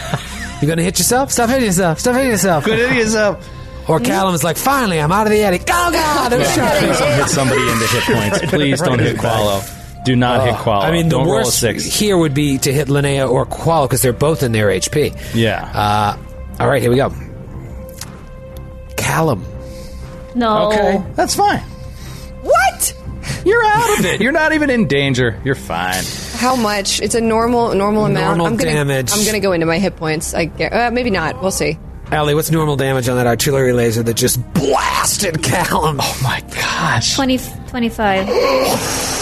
You going to hit yourself? Stop hitting yourself. Stop hitting yourself. Quit hitting yourself. Or Callum's like, finally, I'm out of the attic. Oh, God, I'm Yeah, please don't hit somebody into hit points. Please don't hit Qualo. Do not hit Qualo. I mean, Oh, don't the roll a worst six. here would be to hit Linnea or Qualo because they're both in their HP. Yeah. Uh, all right, here we go. Callum. No. Okay, that's fine. What? You're out of it. You're not even in danger. You're fine. How much? It's a normal normal amount. Normal I'm gonna, damage. I'm gonna go into my hit points. I gue- uh, maybe not. We'll see. Allie, what's normal damage on that artillery laser that just blasted Callum? Oh my gosh. 20, 25.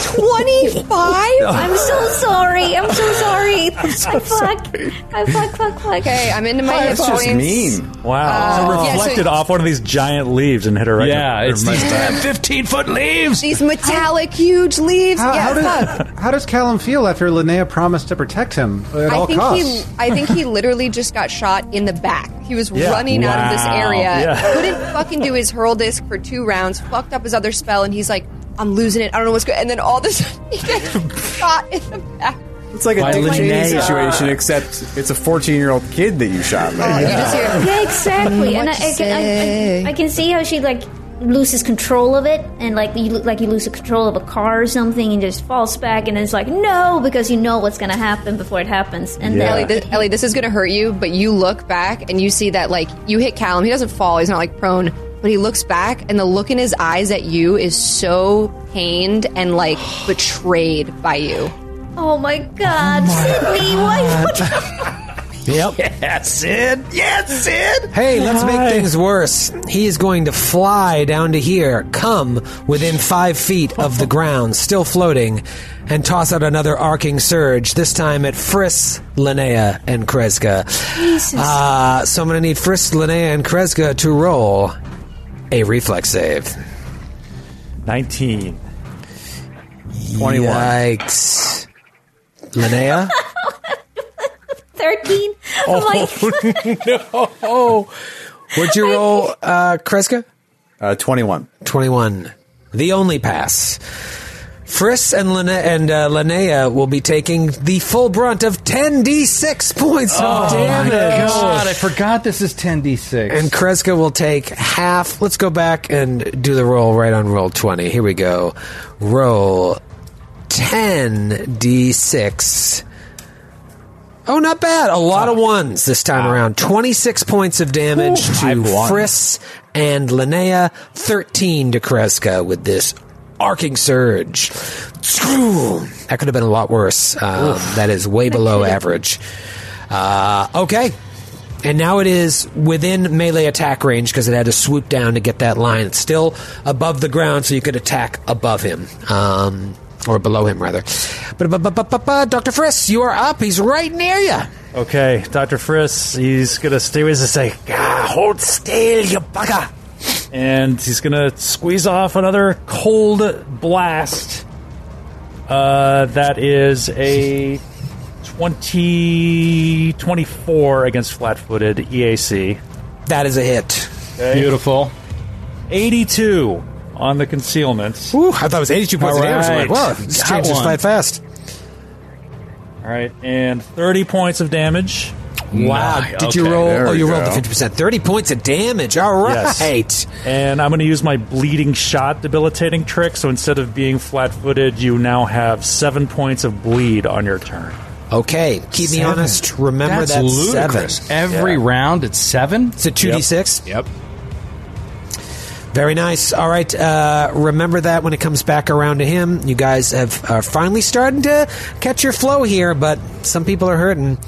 25? I'm so sorry. I'm so sorry. I fuck. I fuck, fuck, fuck. Okay, I'm into my hit That's points. just mean. Wow. Uh, so yeah, so- reflected off one of these giant leaves and hit her right Yeah, in it's her these mustache. damn 15 foot leaves. These metallic huge leaves. How, yeah, how, fuck. does, how does Callum feel after Linnea promised to protect him at I all think costs? he, I think he literally just got shot in the back. He was running out of this Wow. area, Yeah. couldn't fucking do his hurl disc for two rounds, fucked up his other spell, and he's like, "I'm losing it. I don't know what's good." And then all of a sudden, he gets shot in the back. It's like a By Dick Cheney Linnea. situation, except it's a 14 year old kid that you shot. Oh, You just hear, Yeah, exactly. And I, What you I, can- I, I, I can see how she like loses control of it, and like you look like you lose the control of a car or something, and just falls back, and it's like no, because you know what's gonna happen before it happens, and Ellie, then this, Ellie, this is gonna hurt you, but you look back and you see that like you hit Callum. He doesn't fall. He's not like prone, but he looks back and the look in his eyes at you is so pained and like betrayed by you. oh my god, Sydney, why? Yep. That's Sid. Yes, Sid. Hey, let's make things worse. He is going to fly down to here, come within five feet of the ground, still floating, and toss out another arcing surge, this time at Friss, Linnea, and Kreska. Jesus. Uh, so I'm going to need Friss, Linnea, and Kreska to roll a reflex save. 19. 21. Yikes. Linnea? Thirteen. Oh my. Oh, what'd you roll, uh, Kreska? Uh, 21. 21. The only pass. Friss and, Lina- and uh, Linnea will be taking the full brunt of 10d6 points Oh, of damage. Oh, God, I forgot this is 10d6. And Kreska will take half. Let's go back and do the roll right on roll 20. Here we go. Roll 10d6. Oh, not bad. A lot of ones this time around. 26 points of damage to Friss and Linnea, 13 to Kreska with this arcing surge. That could have been a lot worse. Um, that is way below average. Uh, okay. And now it is within melee attack range because it had to swoop down to get that line. It's still above the ground, so you could attack above him. Um, or below him, rather. But, but, but, but, but, but Dr. Friss, you are up. He's right near you. Okay, Dr. Friss, he's going to stay with us and say, "Ah, hold still, you bugger. And he's going to squeeze off another cold blast. Uh, that is a 20, 24 against E flat footed EAC. That is a hit. Beautiful. 82 on the concealment. Woo, I thought it was 82 points All of damage. I'm right. like, wow, this Got changes one. quite fast. All right, and 30 points of damage. Wow. Nine. Did you Okay, roll? there Oh, we you rolled go. the 50%. 30 points of damage. All right. Yes. And I'm going to use my bleeding shot debilitating trick. So instead of being flat footed, you now have seven points of bleed on your turn. Okay. Keep me honest. Remember That's that ludicrous. seven. Every round, it's seven. It's a 2d6. Yep. Very nice. All right. Uh, remember that when it comes back around to him. You guys have are finally starting to catch your flow here, but some people are hurting.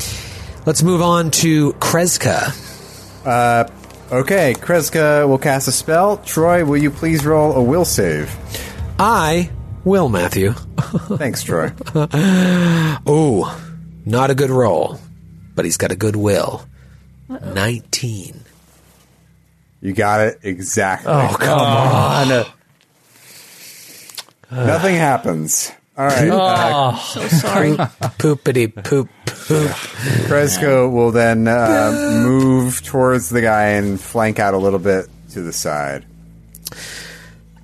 Let's move on to Kreska. Uh, okay, Kreska will cast a spell. Troy, will you please roll a will save? I will, Matthew. Thanks, Troy. oh, not a good roll, but he's got a good will. 19. You got it exactly. Oh, come on. Nothing happens. All right. uh, Oh. Poopity poop poop. Kreska will then uh, move towards the guy and flank out a little bit to the side.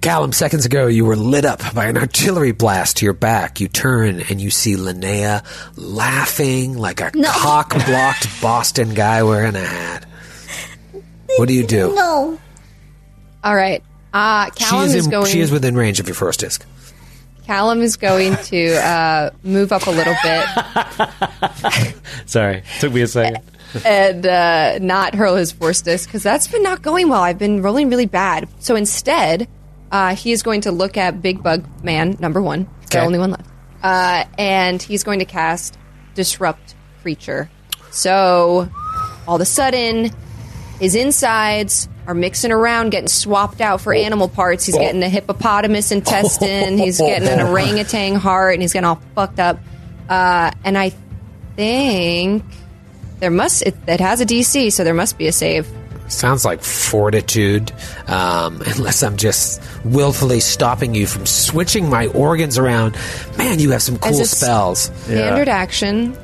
Callum, seconds ago, you were lit up by an artillery blast to your back. You turn and you see Linnea laughing like a cock blocked Boston guy wearing a hat. What do you do? No. All right. Uh, She Callum is, is, in, going. she is within range of your first disc. Callum is going to uh, move up a little bit Sorry, took me a second. and uh, not hurl his force disc because that's been not going well. I've been rolling really bad. So instead, uh, he is going to look at Big Bug Man number one, the Okay. only one left, uh, and he's going to cast Disrupt Creature. So all of a sudden, his insides are mixing around, getting swapped out for animal parts. He's getting a hippopotamus intestine. He's getting an orangutan heart, and he's getting all fucked up. Uh, and I think there must it, it has a DC, so there must be a save. Sounds like fortitude, um, unless I'm just willfully stopping you from switching my organs around. Man, you have some As cool it's spells. Standard action.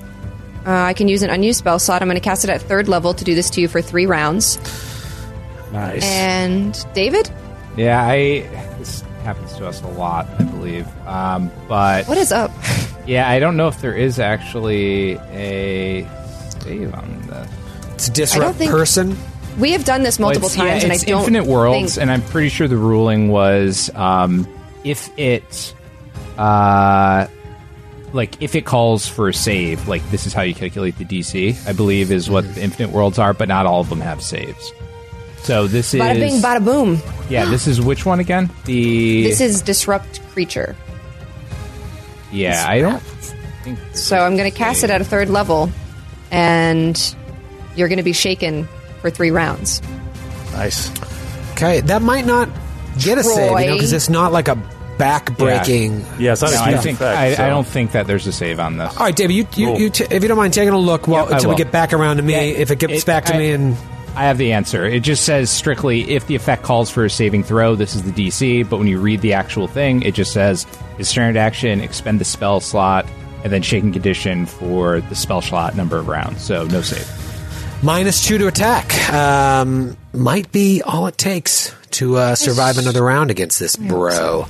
Uh, I can use an unused spell slot. I'm going to cast it at third level to do this to you for three rounds. Nice. And David, Yeah, I. This happens to us a lot, I believe. Um, but what is up? Yeah, I don't know if there is actually a save on this. It's I don't think- person? We have done this multiple Well, it's- times, yeah, and I it's don't Infinite Worlds, think- and I'm pretty sure the ruling was um, if it, uh, like if it calls for a save, like this is how you calculate the DC. I believe is Mm-hmm. what the Infinite Worlds are, but not all of them have saves. So this Bada is bing, bada boom. yeah. This is which one again? The This is disrupt creature. yeah. I don't. So I'm going to cast it at a third level, and you're going to be shaken for three rounds. Nice. Okay, that might not get a save, you know, because Troy. it's not like a back breaking. Yes, No, I think I, I don't think that there's a save on this. All right, David, you, you, you t- if you don't mind taking a look while, I until we will. get back around to me, if it gets back to I- me and I have the answer. It just says strictly if the effect calls for a saving throw, this is the DC. But when you read the actual thing, it just says it's standard action, expend the spell slot, and then shaking condition for the spell slot number of rounds. So no save. minus two to attack, um, might be all it takes to uh, survive another round against this bro.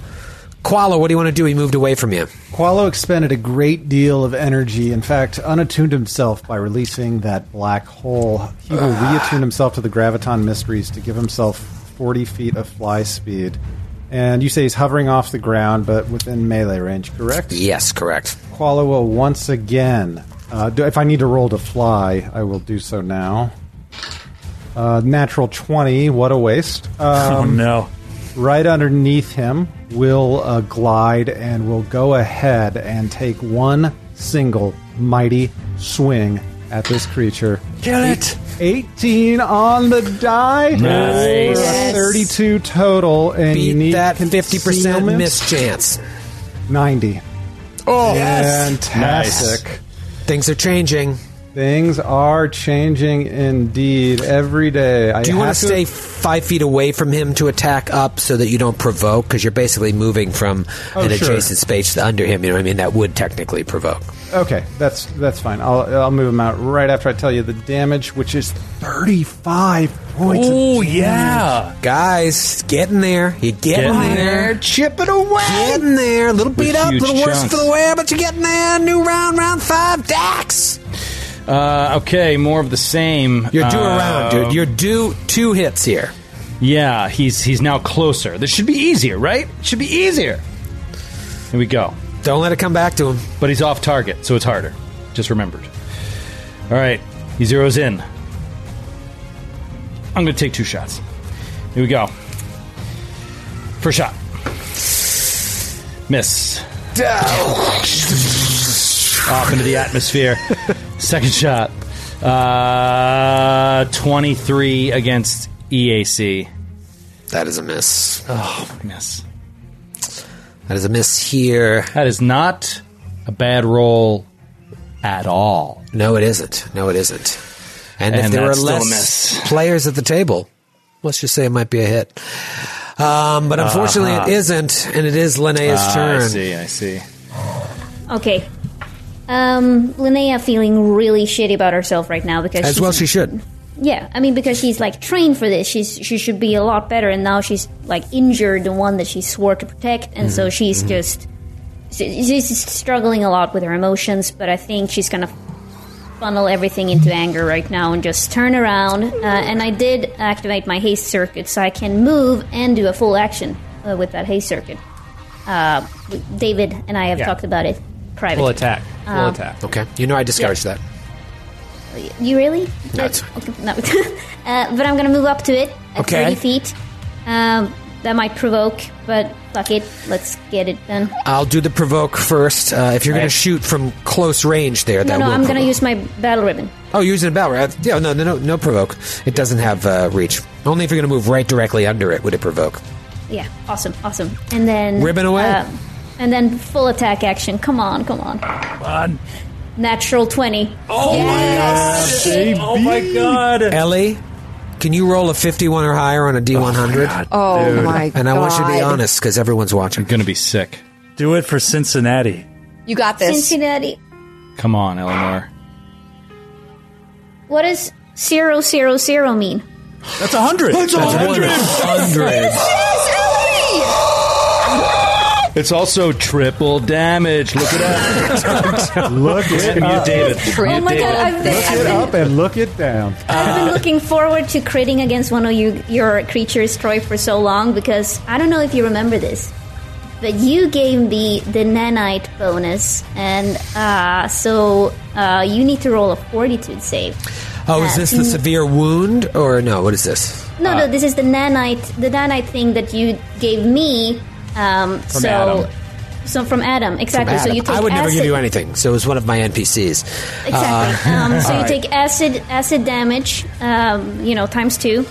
Koala, what do you want to do? He moved away from you. Qualo expended a great deal of energy. In fact, unattuned himself by releasing that black hole. He will reattune himself to the graviton mysteries to give himself 40 feet of fly speed. And you say he's hovering off the ground, but within melee range, correct? Yes, correct. Qualo will once again. Uh, do- if I need to roll to fly, I will do so now. Uh, natural 20, what a waste. Um, Oh, no. Right underneath him will uh, glide and will go ahead and take one single mighty swing at this creature. Kill it! 18 on the die. Nice. For a 32 total, and you need that 50% miss chance. 90. Oh, Fantastic. Things are changing. Things are changing indeed every day. I Do you want have to stay five feet away from him to attack up so that you don't provoke? Because you're basically moving from Oh, an sure. adjacent space to under him. You know what I mean? That would technically provoke. Okay, that's that's fine. I'll I'll move him out right after I tell you the damage, which is thirty-five points. of Ooh, damage. yeah. Guys, get in there. You get, Get in in there. Chip it away. Get in there. A little beat up, a huge little worse chunks. for the wear, but you're getting there. New round, round five. Dax. Uh, okay, more of the same. Uh, You're due a round, dude. You're due two hits here. Yeah, he's he's now closer. This should be easier, right? It should be easier. Here we go. Don't let it come back to him. But he's off target, so it's harder. Just remembered. All right, he zeroes in. I'm going to take two shots. Here we go. First shot. Miss. Off into the atmosphere. Second shot. Uh, 23 against E EAC. That is a miss. Oh, miss. That is a miss here. That is not a bad roll at all. No, it isn't. No, it isn't. And, if And there were that's still a less players at the table, let's just say it might be a hit. Um, but unfortunately, Uh-huh. it isn't, and it is Linnea's Ah, turn. I see, I see. Okay. Um, Linnea feeling really shitty about herself right now because As she's- well, she should. Yeah, I mean because she's like trained for this. She's she should be a lot better, and now she's like injured the one that she swore to protect, and so Mm-hmm. Mhm, she's mhm. just she- she's struggling a lot with her emotions. But I think she's gonna funnel everything into anger right now and just turn around. Uh, and I did activate my haste circuit, so I can move and do a full action uh, with that haste circuit. Uh, David and I have Yeah. talked about it private. Full attack. Full Um, attack. Okay. You know I discouraged that. You really? No, it's Okay, no. uh, but I'm gonna move up to it at Okay. 30 feet. Um, that might provoke, but fuck it. Let's get it done. I'll do the provoke first. Uh, if you're going to shoot from close range no, there, that no, will I'm gonna provoke. use my battle ribbon. Oh, you're using a bell, right? Yeah, no, no, no, no provoke. It doesn't have uh, reach. Only if you're going to move right directly under it would it provoke. Yeah, awesome, awesome. And then. Ribbon away? uh, and then full attack action. Come on, come on. Come Uh, on. Natural 20. Oh baby. Oh my god. Ellie, can you roll a 51 or higher on a D100? Oh, dude. my And I want you to be God. honest because everyone's watching. I'm going to be sick. Do it for Cincinnati. You got this. Cincinnati. Come on, Eleanor. What does zero zero zero mean? That's a hundred. That's a That's hundred. It's also triple damage. Look it up. Look it Mute up. David. Oh my god, I've been, Look I've it been up and look it down. I've Uh, been looking forward to critting against one of you, your creatures, Troy, for so long because I don't know if you remember this, but you gave me the nanite bonus, and uh, so uh, you need to roll a fortitude save. Uh, Oh, is this the uh, severe wound or no? What is this? Mm. No, no, this is the nanite, the nanite thing that you gave me. Um, From so, Adam. so from Adam, exactly. From So you Adam. take I would never acid. give you anything, so it was one of my NPCs. Exactly. Uh, um, so all you right. take acid acid damage, um, you know, times two,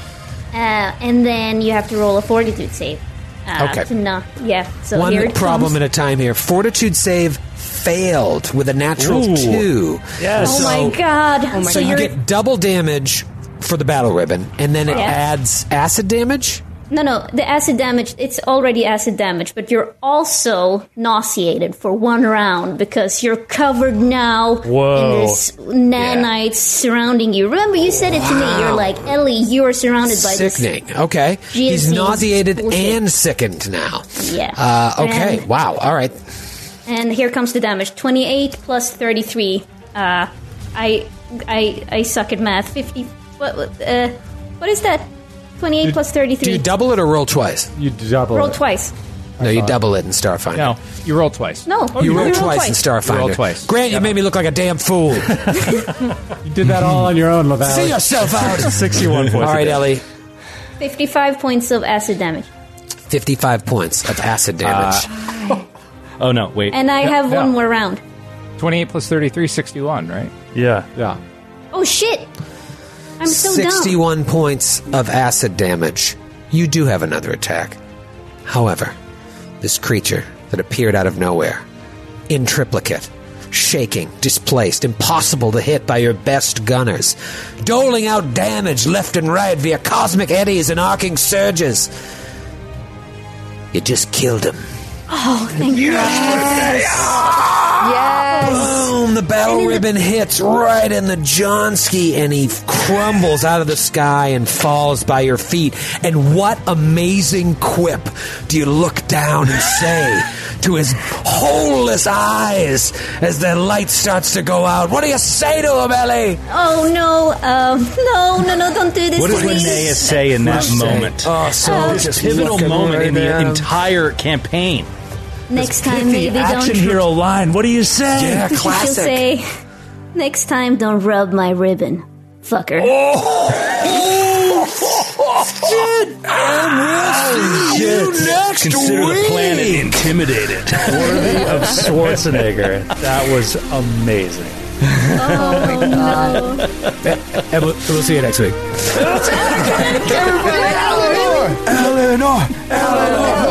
uh, and then you have to roll a fortitude save. Uh, Okay. To not, yeah. So One here it problem comes. at a time here. Fortitude save failed with a natural Ooh. two. Oh my god. so so you you're get double damage for the battle ribbon, and then it Yeah. adds acid damage. no no the acid damage. It's already acid damage, but you're also nauseated for one round because you're covered now. Whoa. In this nanites surrounding you. Remember you said it to me. You're like Ellie. You are surrounded by this. Sickening. Okay, he's GNC's nauseated bullshit. and sickened now. Yeah. Uh, okay. And- wow. All right. And here comes the damage. 28 plus 33. Uh, I, I, I suck at math. 50. What, what, uh, what is that? 28 plus 33. Do you double it or roll twice? You double. Roll twice. No, you double it in Starfinder. No, you roll twice. No. you roll roll twice in Starfinder. You roll twice. Grant, you made me look like a damn fool. You did that all on your own, Laval. See yourself out. 61 points All right, of Ellie. 55 points of acid damage. 55 points of acid damage. oh, no, wait. And I have one more round. 28 plus 33, 61, right? Yeah. Uh, Yeah. Oh shit! I'm so dumb. 61 points of acid damage. You do have another attack. However, this creature that appeared out of nowhere, in triplicate, shaking, displaced, impossible to hit by your best gunners, doling out damage left and right via cosmic eddies and arcing surges. You just killed him. Oh, thank you. Boom! The battle ribbon hits right in the Johnski, and he crumbles out of the sky and falls by your feet. And what amazing quip do you look down and say to his holeless eyes as the light starts to go out. What do you say to him, Ellie? Oh no, um, no, no, no, don't do this What to does me. Linnea say in that What does she say? moment? Oh, so this just pivotal looking moment right in the down. entire campaign. Next time, the maybe action don't. hero line. What do you say? You should say, next time, don't rub my ribbon, Oh! fucker. you next Oh, Consider the planet intimidated. Worthy of Schwarzenegger. That was amazing. Oh, no. And we'll, we'll see you next week. Eleanor!